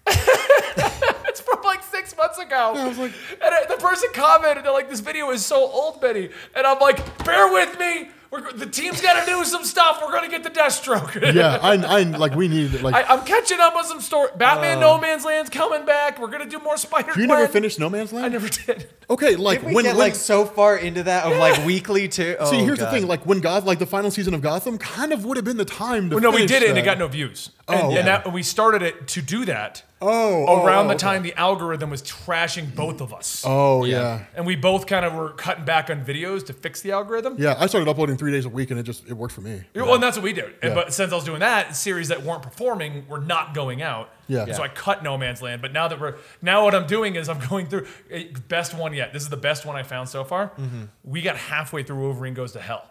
S1: It's from like six months ago.
S3: I was like-
S1: and I- the person commented, they're like, "This video is so old, Betty." And I'm like, "Bear with me. We're, go- the team's got to do some stuff. We're gonna get the Deathstroke."
S3: yeah, I, I like we need like.
S1: I, I'm catching up on some story. Batman No Man's Land's coming back. We're gonna do more Spider.
S3: Uh, you never finished No Man's Land?
S1: I never did.
S3: Okay, like
S2: Did we
S3: when,
S2: get
S3: when
S2: like so far into that of like weekly to. Oh,
S3: see, here's
S2: God.
S3: the thing. Like when God, like the final season of Gotham, kind of would have been the time to.
S1: Well, no, we
S3: finish
S1: did it, and
S3: that.
S1: it got no views.
S3: Oh,
S1: and,
S3: yeah.
S1: and that, we started it to do that.
S3: Oh,
S1: around
S3: oh,
S1: the
S3: okay.
S1: time the algorithm was trashing both of us,
S3: Oh
S2: Yeah.
S3: yeah.
S1: and we both kind of were cutting back on videos to fix the algorithm.
S3: Yeah, I started uploading three days a week, and it just it worked for me.
S1: Well, and that's what we do. And,
S3: Yeah.
S1: but since I was doing that, series that weren't performing were not going out.
S3: Yeah.
S1: So
S3: Yeah.
S1: I cut No Man's Land. But now that we're now what I'm doing is I'm going through eh, best one yet. This is the best one I found so far.
S3: Mm-hmm.
S1: We got halfway through Wolverine Goes to Hell.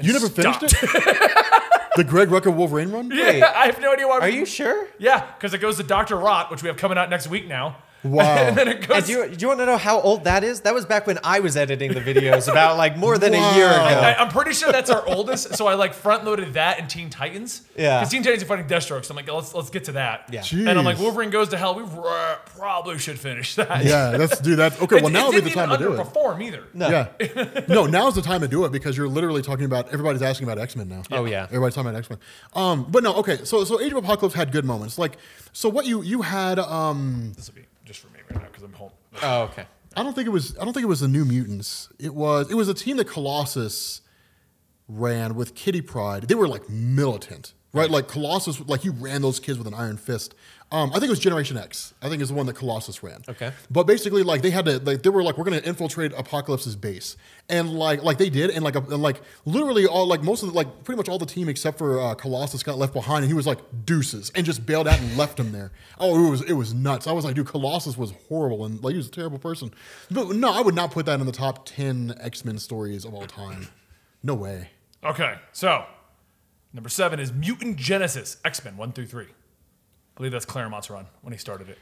S3: You never
S1: Stopped.
S3: finished it? the Greg Rucka Wolverine run?
S2: Wait.
S1: I have no idea why.
S2: Are you sure?
S1: Yeah, because it goes to Doctor Rot, which we have coming out next week now.
S3: Wow.
S1: and then it
S2: I
S1: goes.
S2: do, do you want to know how old that is? That was back when I was editing the videos about like more than a year
S3: Wow.
S2: ago.
S1: I, I'm pretty sure that's our oldest, so I like front loaded that and Teen Titans.
S2: Yeah.
S1: because Teen Titans are fighting Deathstroke, so I'm like, let's let's get to that.
S2: Yeah.
S1: and I'm like,
S3: Jeez.
S1: Wolverine goes to hell. We r- probably should finish that.
S3: Yeah, that's do that. Okay,
S1: It-
S3: well
S1: it
S3: now would be the
S1: didn't even
S3: time to do it.
S1: Underperform either.
S2: No.
S3: Yeah. No, now's the time to do it because you're literally talking about everybody's asking about X Men now.
S2: Oh, yeah.
S3: Everybody's talking about X Men. Um, but no, okay. So so Age of Apocalypse had good moments. Like so, what you you had. Um,
S1: This will be just for me right now because I'm home.
S2: Oh, okay.
S3: I don't think it was. I don't think it was the New Mutants. It was it was a team that Colossus ran with Kitty Pride. They were like militant, right? Like Colossus, like he ran those kids with an iron fist. Um, I think it was Generation X. I think is the one that Colossus ran.
S2: Okay.
S3: But basically, like they had to, like they were like, we're gonna infiltrate Apocalypse's base, and like like they did, and like a, and like literally all like most of the, like pretty much all the team except for uh, Colossus got left behind, and he was like deuces and just bailed out and left him there. Oh, it was it was nuts. I was like, dude, Colossus was horrible and like he was a terrible person. But no, I would not put that in the top ten X Men stories of all time. No way.
S1: Okay, so number seven is Mutant Genesis X Men one through three. I believe that's Claremont's run when he started it.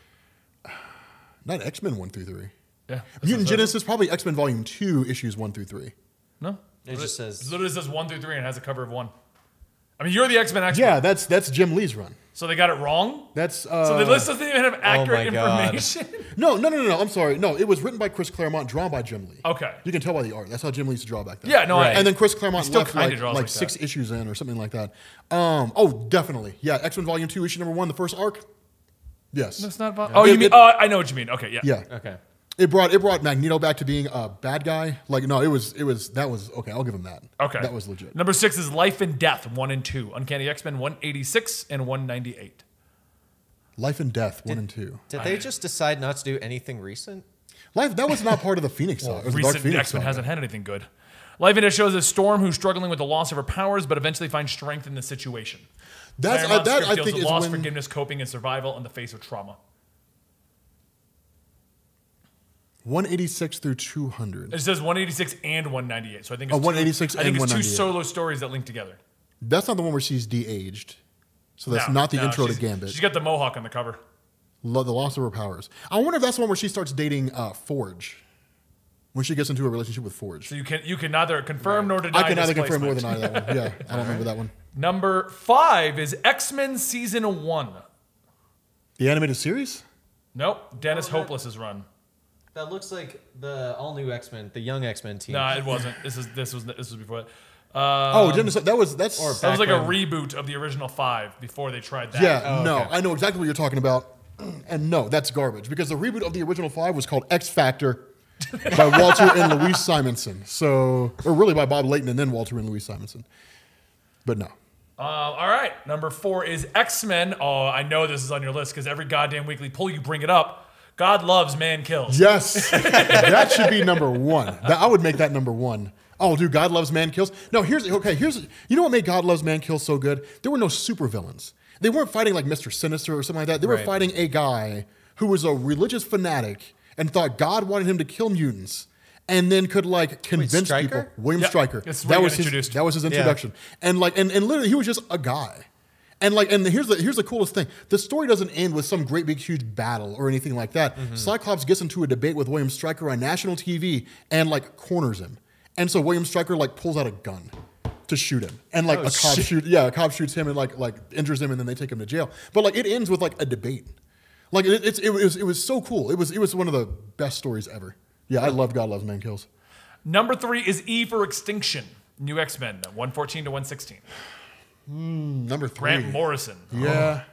S3: Not X Men one through three.
S1: Yeah,
S3: Mutant Genesis probably X Men Volume Two issues one through three.
S1: No,
S2: It just says.
S1: literally says one through three and it has a cover of one. I mean, you're the X Men X Men,
S3: Yeah, that's that's Jim Lee's run.
S1: so they got it wrong.
S3: That's uh,
S1: So the list doesn't even have accurate
S2: Oh my God.
S1: information.
S3: No, no, no, no, no. I'm sorry. No, it was written by Chris Claremont, drawn by Jim Lee.
S1: Okay.
S3: You can tell by the art. That's how Jim Lee used to draw back then.
S1: Yeah, no, I-
S2: Right.
S3: And then Chris Claremont
S1: He still
S3: left
S1: kinda
S3: like,
S1: draws
S3: like
S1: like
S3: six issues in or something like that. Um, oh, definitely. Yeah, X Men Volume 2, issue number one, the first arc. Yes.
S1: That's not. Oh, you
S3: It-
S1: mean?
S3: it-
S1: Oh, I know what you mean. Okay, yeah.
S3: yeah.
S2: Okay.
S3: It brought it brought Magneto back to being a bad guy. Like, no, it was, it was, that was, okay, I'll give him that.
S1: Okay.
S3: That was legit.
S1: Number six is Life and Death one and two. Uncanny X Men one eighty six and one ninety eight.
S3: Life and Death, one and two.
S2: Did they just decide not to do anything recent?
S3: Life, that was not part of the Phoenix saga. It was the Dark
S1: recent
S3: Phoenix
S1: X Men
S3: saga.
S1: hasn't had anything good. Life in it shows a Storm who's struggling with the loss of her powers, but eventually finds strength in the situation.
S3: That's, uh,
S1: Claremont's
S3: that
S1: script
S3: I
S1: deals
S3: think
S1: with
S3: is
S1: loss,
S3: when,
S1: forgiveness, coping, and survival in the face of trauma.
S3: 186 through 200.
S1: It says 186 and 198, so I think it's
S3: Oh,
S1: two-
S3: 186
S1: I think
S3: and
S1: it's two
S3: 198.
S1: solo stories that link together.
S3: That's not the one where she's de-aged. So that's
S1: No,
S3: not the
S1: no,
S3: intro to
S1: she's-
S3: Gambit.
S1: She's got the mohawk on the cover.
S3: Lo- the loss of her powers. I wonder if that's the one where she starts dating uh, Forge. When she gets into a relationship with Forge.
S1: So you can you can neither confirm nor deny.
S3: I can neither confirm or
S1: displacement.
S3: deny that one. Yeah, I don't remember that one.
S1: Number five is X Men season one.
S3: The animated series?
S1: Nope, Dennis
S2: Oh, that-
S1: Hopeless's run.
S2: That looks like the all new X Men, the young X Men team.
S1: No, it wasn't. This is this was this was before. that. Uh,
S3: Oh, Genesis- that was that's
S2: or
S1: that was like a
S2: back when-
S1: reboot of the original five before they tried that.
S3: yeah.
S2: Oh,
S3: no,
S2: okay.
S3: I know exactly what you're talking about. And no, that's garbage because the reboot of the original five was called X Factor by Walter and Louise Simonson. So, or really by Bob Layton and then Walter and Louise Simonson. But no.
S1: Um, all right, number four is X Men. Oh, I know this is on your list because every goddamn weekly poll you bring it up. God loves man kills.
S3: Yes, that should be number one. That, I would make that number one. Oh, dude, God loves man kills. No, here's okay. Here's you know what made God loves man kills so good. There were no supervillains. They weren't fighting like Mister Sinister or something like that. They were
S2: Right.
S3: fighting a guy who was a religious fanatic and thought God wanted him to kill mutants, and then could like convince
S2: Stryker?
S3: people. William
S1: Yep,
S3: Stryker.
S1: that's where
S3: That
S1: he
S3: was
S1: got
S3: his.
S1: introduced.
S3: That was his introduction. And like and, and literally he was just a guy. And like and here's the here's the coolest thing. The story doesn't end with some great big huge battle or anything like that. Cyclops gets into a debate with William Stryker on national TV and like corners him. And so William Stryker like pulls out a gun to shoot him. And like a cop shoot yeah, a cop shoots him and like like injures him and then they take him to jail. But like it ends with like a debate. Like it, it's it was it was so cool. It was it was one of the best stories ever. Yeah, I love God Loves Man Kills.
S1: Number three is E for Extinction. New X Men, 114 to 116.
S3: Number three.
S1: Grant Morrison.
S3: Yeah.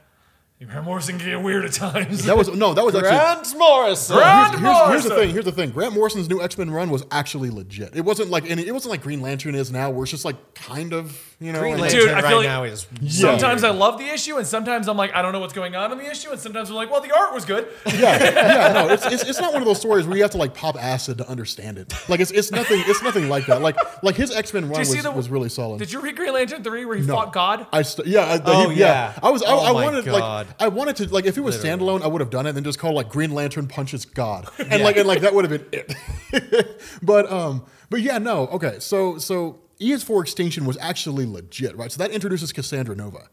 S1: Grant Morrison can get weird at times.
S3: That was no, that was actually
S2: Grant Morrison.
S1: Grant-
S3: Here's, here's- here's the
S1: Morrison.
S3: thing. Here's the thing. Grant Morrison's new X Men run was actually legit. It wasn't like any. It wasn't like Green Lantern is now, where it's just like kind of you know.
S2: Green
S3: like-
S2: Lantern
S1: Dude, I
S2: right
S1: feel like-
S2: now is
S1: Sometimes I love the issue, and sometimes I'm like, I don't know what's going on in the issue, and sometimes I'm like, well, the art was good.
S3: yeah, yeah. No, it's, it's it's not one of those stories where you have to like pop acid to understand it. Like it's it's nothing. It's nothing like that. Like like his X Men run
S1: see
S3: was,
S1: the-
S3: was really solid.
S1: Did you read Green Lantern 3 where he
S3: No.
S1: fought God?
S3: I st- yeah, I, the-
S2: Oh,
S3: he- yeah.
S2: yeah.
S3: I was I,
S2: Oh,
S3: I
S2: my
S3: wanted
S2: God.
S3: like I wanted to like if it was standalone, I would have done it and just called like Green Lantern punches God, and like and like that would have been it. but um, but yeah, no, okay. So so E is for extinction was actually legit, right? So that introduces Cassandra Nova,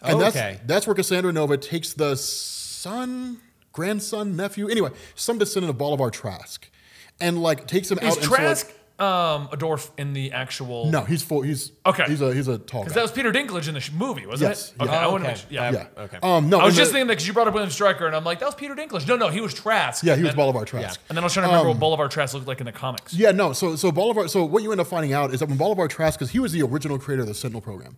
S3: and
S2: Okay.
S3: that's that's where Cassandra Nova takes the son, grandson, nephew, anyway, some descendant of Bolivar Trask, and like takes him
S1: Is
S3: out. into, like-
S1: Trask um, a dwarf in the actual.
S3: no, he's full. He's
S1: Okay.
S3: He's a he's a tall guy.
S1: Because that was Peter Dinklage in the sh- movie, wasn't
S3: Yes,
S1: it? Okay,
S2: yeah.
S1: I wanna
S2: Okay.
S1: make- yeah.
S3: yeah.
S2: Okay.
S3: Um, no,
S1: I was
S3: and
S1: just
S3: the-
S1: thinking that because you brought up William Stryker, and I'm like, that was Peter Dinklage. No, no, he was Trask.
S3: Yeah,
S1: And
S3: he was Um,
S1: then-
S3: Bolivar Trask.
S1: And then I was trying to remember what Bolivar Trask looked like in the comics.
S3: Yeah, no. So so Bolivar. So what you end up finding out is that when Bolivar Trask, because he was the original creator of the Sentinel program,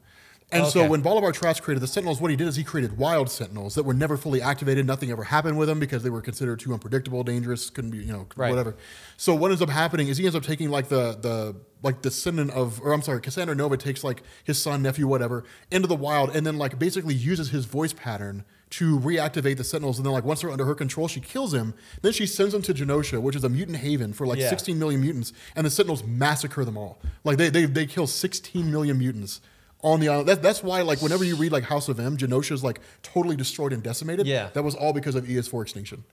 S3: and so
S2: Okay.
S3: when Bolivar Trask created the Sentinels, what he did is he created wild Sentinels that were never fully activated. Nothing ever happened with them because they were considered too unpredictable, dangerous, couldn't be, you know,
S2: Right.
S3: whatever. So what ends up happening is he ends up taking like the the like descendant of, or I'm sorry, Cassandra Nova takes like his son, nephew, whatever, into the wild, and then like basically uses his voice pattern to reactivate the Sentinels. And then like once they're under her control, she kills him. Then she sends him to Genosha, which is a mutant haven for like
S2: Yeah.
S3: 16 million mutants, and the Sentinels massacre them all. Like they they, they kill 16 million mutants on the island. That, that's why like whenever you read like House of M, Genosha is like totally destroyed and decimated.
S2: Yeah.
S3: that was all because of ES4 extinction.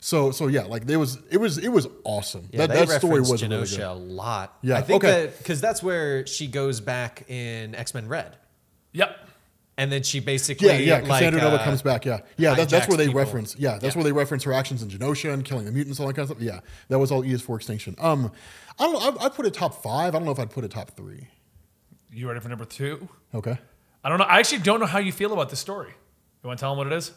S3: So so yeah, like there was it was it was awesome.
S2: Yeah,
S3: that
S2: they
S3: that story
S2: reference
S3: was really
S2: Genosha
S3: good.
S2: a lot.
S3: Yeah,
S2: I think
S3: okay.
S2: that because that's where she goes back in X Men Red,
S1: Yep.
S2: and then she basically
S3: Yeah, yeah. Cassandra
S2: like,
S3: Nova
S2: uh,
S3: comes back. Yeah, yeah. That, that's
S2: hijacks
S3: where they
S2: people.
S3: reference. Yeah, that's
S2: Yeah.
S3: where they reference her actions in Genosha and killing the mutants, all that kind of stuff. Yeah, that was all ES4 extinction. Um, I don't know. I, I put it top five. I don't know if I'd put it top three.
S1: You ready for number two?
S3: Okay.
S1: I don't know. I actually don't know how you feel about this story. You want to tell them what it is?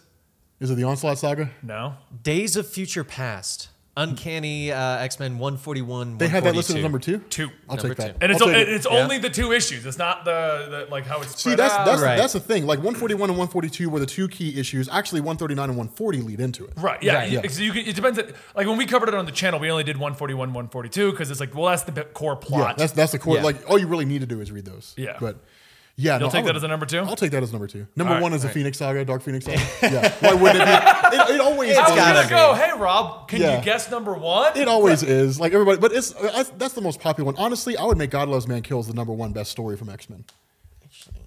S3: Is it the Onslaught Saga?
S1: No.
S2: Days of Future Past, Uncanny uh, X Men one forty one.
S3: They had that listed as number two.
S1: Two.
S3: I'll
S2: Number
S3: take that.
S2: two.
S1: And it's,
S3: I'll
S1: o-
S3: take it.
S1: it's only the two issues. It's not the, the like how it's
S3: See,
S1: spread
S3: that's
S1: out.
S3: that's
S2: Right.
S3: that's the thing. Like 141 and 142 were the two key issues. Actually, 139 and 140 lead into it.
S1: Right. Yeah.
S2: Right.
S1: you-
S3: Yeah.
S1: so you can- it depends. On, like when we covered it on the channel, we only did 141, 142 because it's like, well, that's the bit- core
S3: Yeah,
S1: plot.
S3: that's that's the core.
S2: Yeah.
S3: Like all you really need to do is read those.
S1: Yeah.
S3: But yeah,
S1: You'll
S3: no,
S1: take
S3: I
S1: that as a number two?
S3: I'll take that as number two. Number
S1: All right,
S3: one is
S2: all
S3: the
S2: right.
S3: Phoenix Saga, Dark Phoenix Saga. yeah. Why wouldn't it be? It, it always.
S2: It's
S1: I was
S3: is.
S2: gotta
S1: gonna
S2: be.
S1: go. Hey, Rob, can
S3: Yeah.
S1: you guess number one?
S3: It always is like everybody, but it's I, that's the most popular one. Honestly, I would make God Loves Man Kills the number one best story from X Men.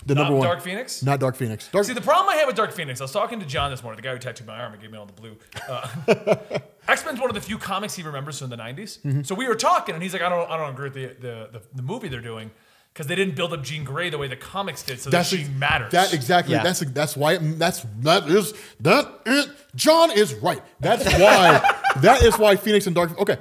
S3: The
S1: Not
S3: number one,
S1: Uh, Dark Phoenix?
S3: not Dark Phoenix. Dark,
S1: See, the problem I had with Dark Phoenix, I was talking to John this morning, the guy who tattooed my arm and gave me all the blue. Uh, X Men's one of the few comics he remembers from the 90s.
S3: Mm-hmm.
S1: So we were talking, and he's like, I don't, I don't agree with the, the, the, the movie they're doing because they didn't build up Jean Grey the way the comics did, so that she
S3: ex-
S1: matters.
S3: That exactly.
S2: Yeah.
S3: That's that's why. It, that's that is that is John is right. That's why. that is why Phoenix and Dark. Okay.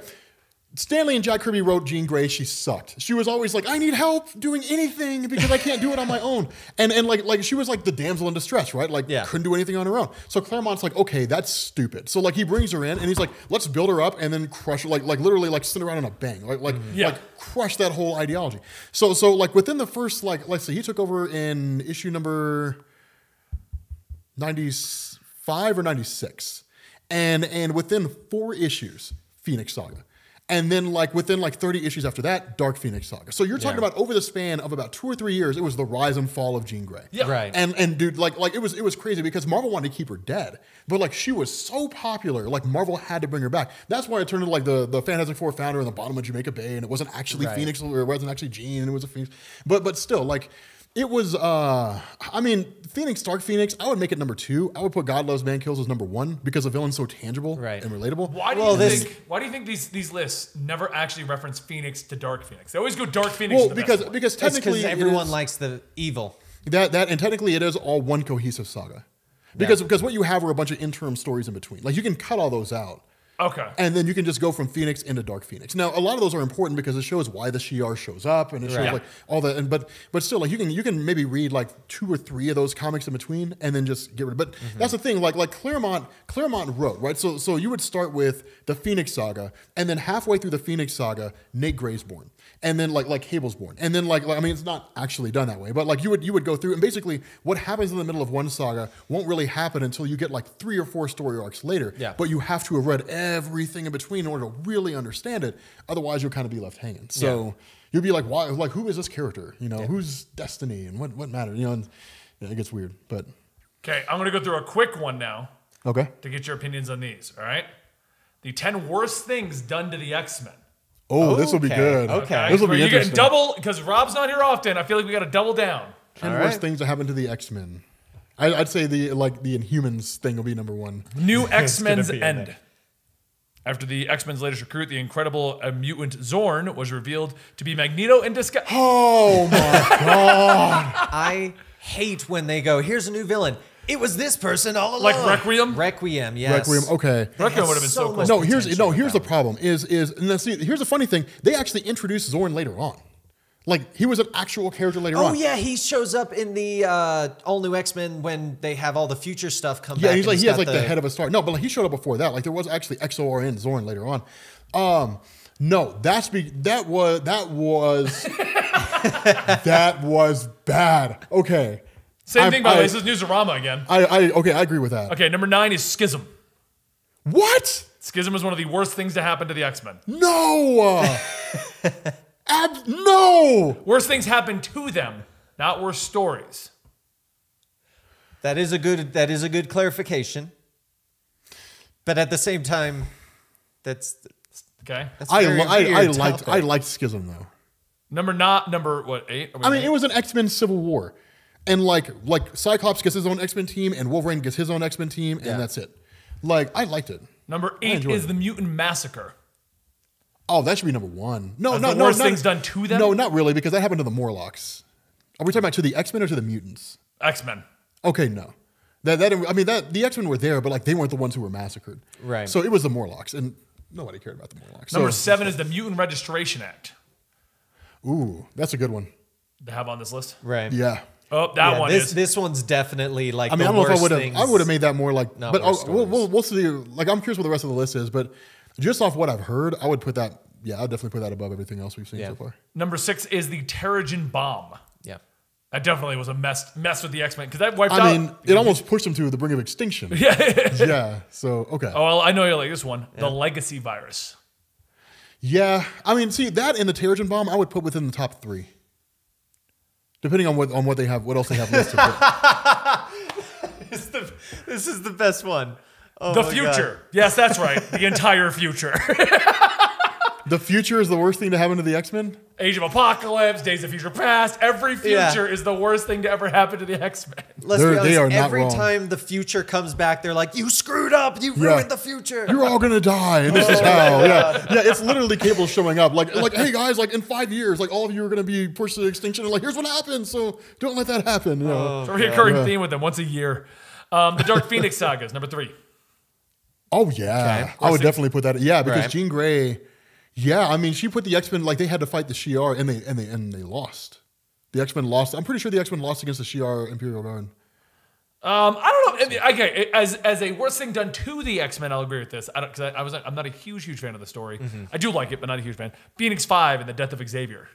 S3: Stanley and Jack Kirby wrote Jean Grey. She sucked. She was always like, "I need help doing anything because I can't do it on my own." And and like like she was like the damsel in distress, right? Like
S2: Yeah.
S3: couldn't do anything on her own. So Claremont's like, "Okay, that's stupid." So like he brings her in and he's like, "Let's build her up and then crush her, like like literally like send her out on a bang, like like
S2: Mm-hmm.
S1: Yeah.
S3: like crush that whole ideology. So so like within the first like let's say he took over in issue number 95 or 96. and and within four issues, Phoenix Saga, and then like within like thirty issues after that, Dark Phoenix Saga. So you're talking
S2: Yeah.
S3: about over the span of about two or three years, it was the rise and fall of Jean Grey.
S1: Yeah.
S2: Right.
S3: And and dude, like like it was it was crazy because Marvel wanted to keep her dead, but like she was so popular, like Marvel had to bring her back. That's why it turned into like the the Fantastic Four founder in the bottom of Jamaica Bay, and it wasn't actually
S2: Right.
S3: Phoenix, or it wasn't actually Jean, and it was a Phoenix. But but still, like it was. uh I mean, Phoenix, Dark Phoenix. I would make it number two. I would put God Loves Man Kills as number one because the villain's so tangible
S2: Right.
S3: and relatable.
S1: Why do
S2: Well,
S1: you
S2: this-
S1: think? Why do you think these these lists never actually reference Phoenix to Dark Phoenix? They always go Dark Phoenix.
S3: Well,
S1: to the best
S3: because
S1: one.
S3: because
S2: It's
S3: technically
S2: because
S3: it
S2: everyone
S3: is-
S2: likes the evil.
S3: That that and technically it is all one cohesive saga. Because because what you have are a bunch of interim stories in between. Like you can cut all those out.
S1: okay,
S3: And then you can just go from Phoenix into Dark Phoenix. Now, a lot of those are important because it shows why the Shi'ar shows up, and it shows
S2: Right.
S3: like all that. And but but still, like you can you can maybe read like two or three of those comics in between, and then just get rid. of But
S2: Mm-hmm.
S3: that's the thing, like like Claremont Claremont wrote right. So so you would start with the Phoenix Saga, and then halfway through the Phoenix Saga, Nate Gray's born, and then like like Cable's born, and then like, like I mean, it's not actually done that way, but like you would you would go through, and basically what happens in the middle of one saga won't really happen until you get like three or four story arcs later.
S2: Yeah.
S3: But you have to have read everything in between in order to really understand it. Otherwise, you'll kind of be left hanging. So you'll be like, why? Like, who is this character? You know, who's destiny and what what matters? You know, and yeah, it gets weird. But
S1: okay. I'm gonna go through a quick one now
S3: okay.
S1: to get your opinions on these. All right, the ten worst things done to the X Men.
S3: Oh, this will be
S2: Okay,
S3: good.
S2: okay.
S3: this will be
S1: you get
S3: interesting.
S1: double because Rob's not here often. I feel like we got to double down.
S3: Ten
S2: All
S3: worst
S2: right.
S3: things that happened to the X Men. I'd say the like the Inhumans thing will be number one.
S1: New X Men's
S2: be in
S1: End. After the X Men's latest recruit, the incredible uh, mutant Zorn was revealed to be Magneto in disguise.
S3: Oh my!
S2: I hate when they go, here's a new villain. It was this person all along.
S1: Like Requiem?
S2: Requiem, yes.
S3: Requiem. Okay.
S2: That
S1: Requiem
S2: has
S1: would have been so
S2: much
S1: cool.
S3: No, here's
S2: potential
S3: no,
S2: with
S3: here's
S2: that
S3: the problem is is and then see here's the funny thing. They actually introduced Zorn later on. Like he was an actual character later
S2: one.
S3: on.
S2: Oh yeah, he shows up in the uh, all new X Men when they have all the future stuff come
S3: Yeah,
S2: back.
S3: he's
S2: and
S3: like he has
S2: got
S3: like the, head of a star. No, but like he showed up before that. Like there was actually XORN Zorn later on. Um no, that's be that was that was that was bad. Okay.
S1: Same
S3: I-
S1: thing, by the way.
S3: I-
S1: This is Newsarama again.
S3: I, I okay, I agree with that.
S1: Okay, number nine is Schism.
S3: What?
S1: Schism is one of the worst things to happen to the X Men.
S3: No. Ab- no.
S1: Worst things happen to them, not worse stories.
S2: That is a good that is a good clarification. But at the same time, that's,
S1: Okay.
S2: that's
S3: I,
S2: very
S3: li- I, I
S2: weird
S3: liked I
S2: topic.
S3: liked Schism though.
S1: Number not number what eight? Are we
S3: I mean,
S1: eight?
S3: it was an X Men Civil War, and like like Cyclops gets his own X Men team, and Wolverine gets his own X Men team, and that's it. Like I liked it.
S1: number eight
S3: enjoyed
S1: is
S3: it.
S1: the mutant massacre.
S3: Oh, that should be number one. No,
S1: Of
S3: no,
S1: the
S3: no.
S1: worst
S3: not-
S1: things done to them?
S3: No, not really, because that happened to the Morlocks. Are we talking about to the X Men or to the mutants?
S1: X Men.
S3: Okay, no. That that I mean that the X Men were there, but like they weren't the ones who were massacred.
S2: Right.
S3: So it was the Morlocks, and nobody cared about the Morlocks.
S1: Number
S3: so,
S1: seven is the Mutant Registration Act.
S3: Ooh, that's a good one.
S1: To have on this list.
S2: right.
S3: Yeah.
S1: Oh, that
S2: Yeah,
S1: one
S2: this
S1: is.
S2: this one's definitely like
S3: I
S2: the
S3: mean, I don't know if I
S2: worst
S3: would have.
S2: things.
S3: I would have made that more like.
S2: Not
S3: But
S2: worse
S3: I'll, we'll,
S2: stories.
S3: we'll we'll see. Like, I'm curious what the rest of the list is, but just off what I've heard, I would put that. Yeah, I'd definitely put that above everything else we've seen
S2: Yeah.
S3: so far.
S1: number six is the Terrigen bomb.
S2: Yeah.
S1: That definitely was a mess mess with the X Men because that wiped
S3: I
S1: out.
S3: mean, it almost pushed them to the brink of extinction. Yeah. yeah. So okay.
S1: oh, well, I know you like this one. The Legacy Virus.
S3: Yeah. I mean, see that and the Terrigen bomb, I would put within the top three. Depending on what on what they have, what else they have listed. But
S2: This is the, this is the best one. Oh
S1: The
S2: my God.
S1: future. Yes, that's right. The entire future.
S3: the future is the worst thing to happen to the X Men.
S1: Age of Apocalypse, Days of Future Past. Every
S2: Yeah.
S1: future is the worst thing to ever happen to the X Men.
S2: Let's
S3: They're-
S2: be honest,
S3: they are not
S2: every
S3: wrong.
S2: time the future comes back, they're like, you screwed up. You
S3: Yeah.
S2: ruined the future.
S3: You're all gonna die, and
S2: Oh
S3: this is how. Yeah, yeah. It's literally Cable showing up, like, like, hey guys, like in five years, like all of you are gonna be pushed to extinction, and like, here's what happened. So don't let that happen. You know?
S2: Oh.
S1: It's a recurring theme with them once a year. Um, the Dark Phoenix saga is number three.
S3: Oh yeah,
S2: Okay.
S3: I would definitely put that. Yeah, because
S2: Right.
S3: Jean Grey. Yeah, I mean, she put the X Men like they had to fight the Shi'ar, and they and they and they lost. The X Men lost. I'm pretty sure the X Men lost against the Shi'ar Imperial Guard.
S1: Um, I don't know. I mean, Okay, as as a worst thing done to the X Men, I'll agree with this. I don't because I, I was I'm not
S2: Mm-hmm.
S1: a huge huge fan of the story. I do like it, but not a huge fan. Phoenix Five and the death of Xavier.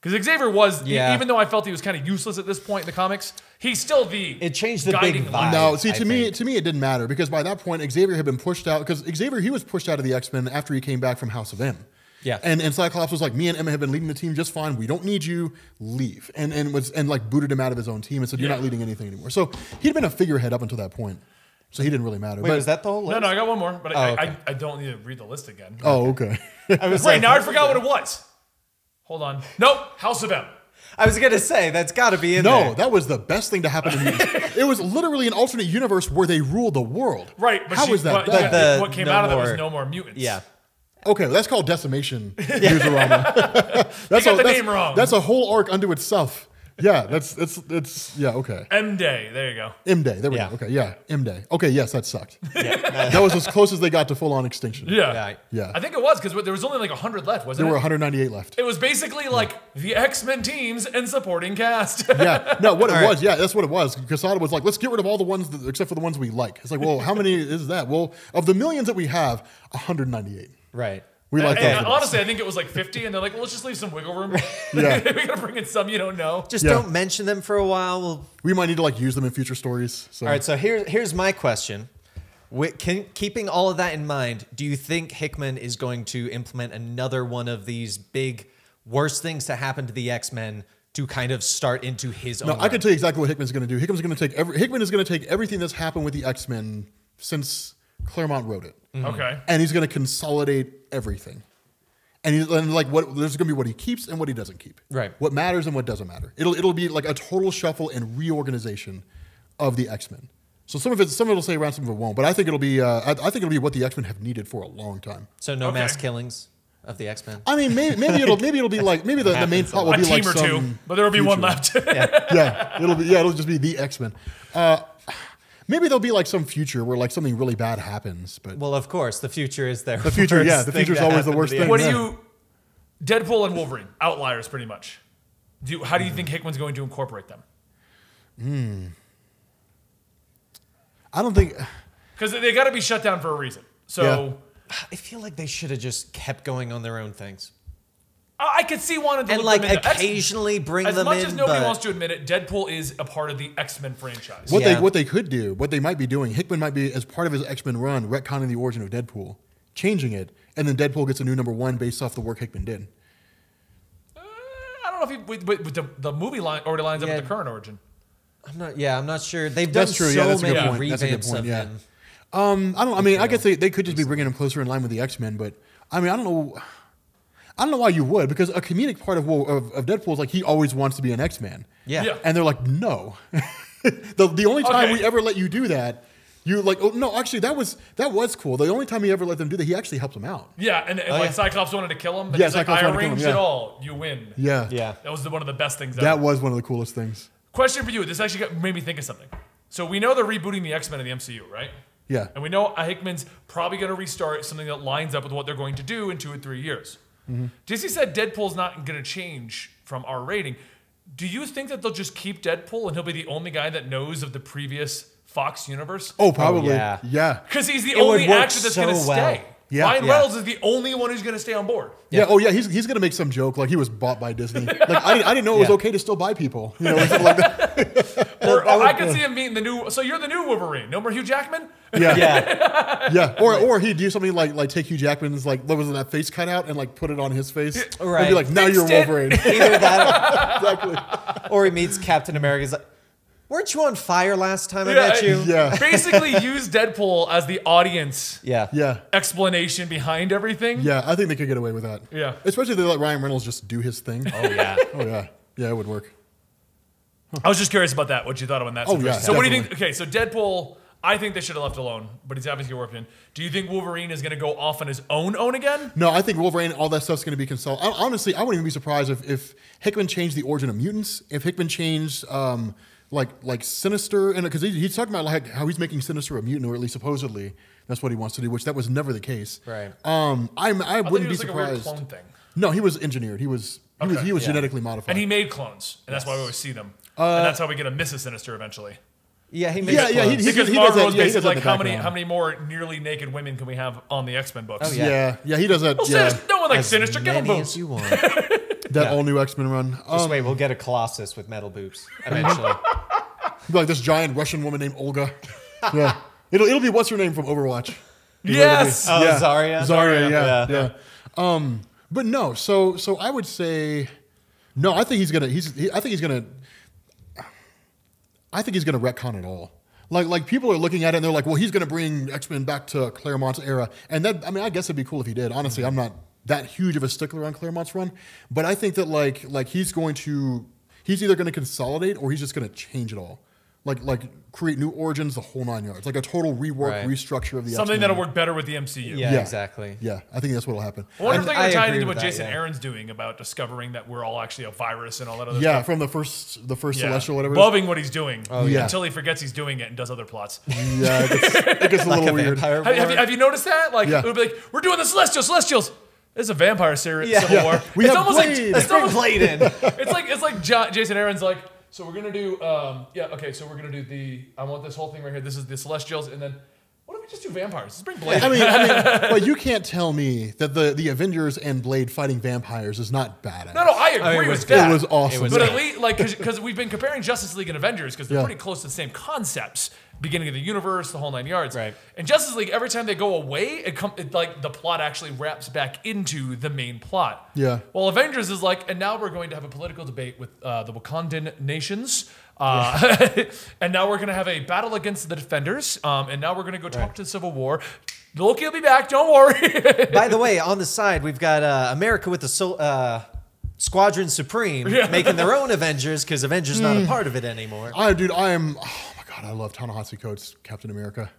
S1: Because Xavier was, e-
S2: Yeah.
S1: even though I felt he was kind of useless at this point in the comics, he's still the
S2: It changed the
S1: guiding
S2: big
S1: light.
S2: vibe.
S3: No, see,
S2: I
S3: to me,
S2: think.
S3: to me, it didn't matter because by that point, Xavier had been pushed out. Because Xavier, he was pushed out of the X Men after he came back from House of M.
S2: Yeah.
S3: and and Cyclops was like, "Me and Emma have been leading the team just fine. We don't need you. Leave." And and was and like booted him out of his own team and said, "You're
S1: Yeah.
S3: not leading anything anymore." So he'd been a figurehead up until that point, so he didn't really matter.
S2: Wait, was that the whole
S1: No,
S2: list?
S1: no, I got one more, but I,
S2: Oh, okay.
S1: I, I don't need to read the list again.
S3: Oh, okay.
S2: I was
S1: Right
S2: like-
S1: now, I forgot what it was. Hold on. Nope. House of M.
S2: I was gonna say that's got to be in
S3: no,
S2: there.
S3: that was the best thing to happen to me. it was literally an alternate universe where they ruled the world.
S1: Right. But
S3: How
S1: she,
S3: was that?
S1: But,
S3: bad?
S1: yeah,
S2: But the
S1: what came
S2: no
S1: out of that
S2: more-
S1: was no more mutants.
S2: yeah,
S3: Okay, that's called decimation. Newsarama. that's
S1: You got the
S3: that's-
S1: name wrong.
S3: That's a whole arc unto itself. Yeah, that's that's it's yeah okay.
S1: M Day. There you go.
S3: M Day, there we
S2: Yeah.
S3: go. Okay, yeah, M Day. Okay, yes, that sucked. that was as close as they got to full on extinction.
S1: Yeah.
S2: Right.
S3: Yeah.
S1: I think it was because there was only like 100 left, wasn't
S3: There were
S1: it?
S3: 198 left.
S1: It was basically like the X Men teams and supporting cast.
S3: Yeah, no, what it
S2: All
S3: was, yeah, that's what it was. Casada was like, let's get rid of all the ones that, except for the ones we like. It's like, well, how many is that? Well, of the millions that we have, 198.
S2: right.
S3: We like
S1: And
S3: those.
S1: honestly, I think it was like 50, and they're like, well, let's just leave some wiggle room.
S3: Yeah.
S1: we gotta bring in some you don't know.
S2: Just
S3: Yeah.
S2: don't mention them for a while. We'll
S3: We might need to like use them in future stories. So.
S2: All right, so here, here's my question. With, can, keeping all of that in mind, do you think Hickman is going to implement another one of these big worst things to happen to the X Men to kind of start into his
S3: No,
S2: own?
S3: I can tell you exactly what Hickman's going to do. Hickman's going to take every, Hickman is going to take everything that's happened with the X Men since Claremont wrote it,
S2: Mm-hmm.
S1: Okay.
S3: and he's going to consolidate everything. And, he's and like what there's going to be what he keeps and what he doesn't keep.
S2: Right.
S3: What matters and what doesn't matter. It'll it'll be like a total shuffle and reorganization of the X Men. So some of it some of it'll stay around, some of it won't. But I think it'll be uh, I, I think it'll be what the X Men have needed for a long time.
S2: so no
S1: Okay.
S2: mass killings of the X Men.
S3: I mean, maybe, maybe it'll maybe it'll be like maybe the, the main
S2: Happens a
S3: plot
S2: lot.
S1: A
S3: will be
S1: team
S3: like
S1: or
S3: some
S1: two, but there will be one
S3: future-
S1: left.
S3: yeah, it'll be yeah, it'll just be the X Men. Uh, maybe there'll be like some future where like something really bad happens, but
S2: Well, of course, the future is there. The
S3: future, yeah, the future's always the worst thing.
S1: what do
S3: Yeah.
S1: you. Deadpool and Wolverine, outliers pretty much. Do you, how do you think Hickman's going to incorporate them?
S3: I don't think.
S1: Because they got to be shut down for a reason. So
S3: Yeah.
S2: I feel like they should have just kept going on their own things
S1: I I could see wanting to
S2: and
S1: loop
S2: like
S1: them into X-
S2: occasionally bring
S1: As
S2: them
S1: much
S2: in.
S1: as nobody
S2: but
S1: wants to admit it, Deadpool is a part of the X Men franchise.
S3: What
S2: Yeah.
S3: they what they could do, what they might be doing, Hickman might be as part of his X Men run, retconning the origin of Deadpool, changing it, and then Deadpool gets a new number one based off the work Hickman did.
S1: Uh, I don't know if he, with, with, with the, the movie line already lines up
S2: Yeah.
S1: with the current origin.
S2: I'm not. Yeah, I'm not sure. They've done
S3: That's true.
S2: so
S3: yeah, that's a
S2: many
S3: good point.
S2: revamps
S3: That's a good point.
S2: of
S3: Yeah.
S2: them.
S3: Um, I don't. I mean, I guess they, they could just be bringing him closer in line with the X Men, but I mean, I don't know. I don't know why you would, because a comedic part of Wo- of, of Deadpool is like he always wants to be an X Man.
S2: Yeah.
S1: Yeah.
S3: And they're like, no. the, the only time
S1: Okay.
S3: we ever let you do that, you're like, oh no, actually that was that was cool. The only time he ever let them do that, he actually helped them out.
S1: Yeah, and, and
S2: Oh,
S1: like
S2: yeah.
S1: Cyclops wanted to kill him, but
S3: Yeah,
S1: he's like,
S3: Cyclops
S1: I
S3: wanted to kill him,
S1: arranged it
S3: yeah.
S1: all. You win.
S3: Yeah.
S2: Yeah.
S1: That was the, one of the best things ever.
S3: That was one of the coolest things.
S1: Question for you. This actually got, made me think of something. So we know they're rebooting the X Men in the MCU, right?
S3: Yeah.
S1: And we know Hickman's probably going to restart something that lines up with what they're going to do in two or three years.
S3: Mm-hmm.
S1: Disney said Deadpool's not going to change from our rating. Do you think that they'll just keep Deadpool and he'll be the only guy that knows of the previous Fox universe?
S3: Oh, probably.
S2: yeah.
S3: yeah.
S1: Because he's the
S2: would
S1: only
S2: work
S1: actor that's
S2: so
S1: going to
S2: well.
S1: stay.
S3: Yeah,
S1: Ryan
S3: yeah.
S1: Reynolds is the only one who's going to stay on board.
S3: Yeah. Oh, yeah. He's, he's gonna make some joke like he was bought by Disney. Like I, didn't- I didn't know it was
S2: Yeah.
S3: okay to still buy people. You know, or something like that.
S1: Or,
S2: that
S3: oh,
S1: or
S2: would-
S1: I
S3: uh,
S1: could see him being the new. So you're the new Wolverine. No more Hugh Jackman.
S3: Yeah.
S2: Yeah.
S3: Yeah, or or he'd do something like like take Hugh Jackman's like what was it, that face cut out and like put it on his face and
S2: Right.
S3: be like, now
S1: Fixed
S3: you're
S1: it.
S3: Wolverine.
S2: Either that.
S3: exactly.
S2: or he meets Captain America. He's like, "Weren't you on fire last time I met you?"
S3: Yeah.
S1: Basically, use Deadpool as the audience
S2: Yeah.
S3: Yeah,
S1: explanation behind everything.
S3: yeah. I think they could get away with that.
S1: Yeah.
S3: especially if they let Ryan Reynolds just do his thing.
S2: Oh yeah.
S3: oh yeah, yeah, it would work.
S1: I was just curious about that. What you thought about that?
S3: Oh,
S1: Situation.
S3: yeah,
S1: so what do you think? Okay, so Deadpool. I think they should have left alone, but he's obviously working. in. Do you think Wolverine is going to go off on his own own again?
S3: No, I think Wolverine, all that stuff's going to be consolidated. Honestly, I wouldn't even be surprised if, if Hickman changed the origin of mutants. If Hickman changed, um, like like Sinister, and because he, he's talking about like how he's making Sinister a mutant, or at least supposedly that's what he wants to do, which that was never the case.
S2: Right.
S3: Um, I'm, I
S1: I
S3: wouldn't
S1: thought
S3: be
S1: it was like a weird
S3: surprised.
S1: clone thing,
S3: No, he was engineered. He was he was,
S1: Okay,
S3: he was
S2: yeah.
S3: genetically modified.
S1: and he made clones, and that's why we always see them,
S3: Uh,
S1: and that's how we get a Mrs. Sinister eventually.
S2: Yeah. He makes
S3: Yeah, yeah,
S2: clones.
S3: he-
S1: Because
S3: does
S1: Marvel
S3: that-
S1: was
S3: yeah,
S1: basically
S3: he does that in
S1: like,
S3: the
S1: how many
S3: background.
S1: how many more nearly naked women can we have on the X Men books?
S2: Oh, yeah.
S3: yeah. yeah, he does that.
S1: Well,
S3: yeah.
S1: Sinister, no one likes
S2: As
S1: Sinister. Give him
S2: many as
S1: boobs.
S2: you want.
S3: That all new X Men run.
S2: Just
S3: Um,
S2: wait, we'll get a Colossus with metal boobs eventually.
S3: like this giant Russian woman named Olga. yeah. It'll, it'll be what's her name from Overwatch.
S1: Yes.
S2: Oh, Zarya?
S3: Zarya,
S2: Zarya,
S3: yeah,
S2: yeah.
S3: yeah. Um, but no, so so I would say no. I think he's gonna. He's. He, I think he's gonna. I think he's gonna retcon it all. Like like people are looking at it and they're like, well, he's gonna bring X Men back to Claremont's era. And that I mean, I guess it'd be cool if he did. Honestly, I'm not that huge of a stickler on Claremont's run, but I think that like like he's going to. He's either going to consolidate or he's just going to change it all, like like create new origins, the whole nine yards, like a total rework,
S2: Right.
S3: restructure of the
S1: Something
S3: X-Men.
S1: that'll work better with the MCU.
S2: Yeah, exactly.
S3: Yeah, I think that's what'll happen.
S1: I wonder if
S2: I-
S1: they're going
S2: I
S1: to tie it
S2: agree
S1: into
S2: with
S1: what
S2: that,
S1: Jason
S2: yeah.
S1: Aaron's doing about discovering that we're all actually a virus and all that other
S3: Yeah,
S1: stuff.
S3: from the first the first celestial whatever. it is. Oh,
S1: Loving what he's doing
S3: yeah.
S1: until he forgets he's doing it and does other plots.
S3: Yeah, it gets, it gets a
S2: Like
S3: little
S2: a
S3: weird.
S2: vampire
S1: Have, have,
S2: war.
S1: you, have you noticed that? Like,
S3: Yeah.
S1: it would be like, we're doing the Celestials, Celestials. It's a vampire series,
S2: Yeah.
S1: Civil
S2: Yeah.
S1: War.
S3: We
S1: it's
S3: have
S1: almost
S3: Blade.
S1: like it's,
S2: Bring
S1: almost,
S2: Blade in.
S1: it's like it's like Jo- Jason Aaron's like, so we're gonna do, um, yeah, okay, so we're gonna do the. I want this whole thing right here. This is the Celestials, and then what if we just do vampires? Let's bring Blade.
S3: I mean, I mean, but you can't tell me that the, the Avengers and Blade fighting vampires is not badass.
S1: no, no, I agree
S2: it was
S1: with
S2: good.
S1: that.
S3: It was awesome.
S2: It was
S1: But at least, like, because we've been comparing Justice League and Avengers because they're
S3: Yeah.
S1: pretty close to the same concepts, beginning of the universe, the whole nine yards.
S2: Right.
S1: And Justice League, every time they go away, it come it, like the plot actually wraps back into the main plot.
S3: Yeah.
S1: Well, Avengers is like, and now we're going to have a political debate with uh, the Wakandan nations. Uh, and now we're going to have a battle against the defenders. Um, and now we're going to go talk to the Civil War. Loki will be back. Don't worry.
S2: By the way, on the side, we've got uh, America with the Sol- uh, Squadron Supreme making their own Avengers because Avengers not
S1: Hmm.
S2: a part of it anymore.
S1: Uh,
S3: I dude, I am. Oh my god, I love Ta-Nehisi Coates, Captain America.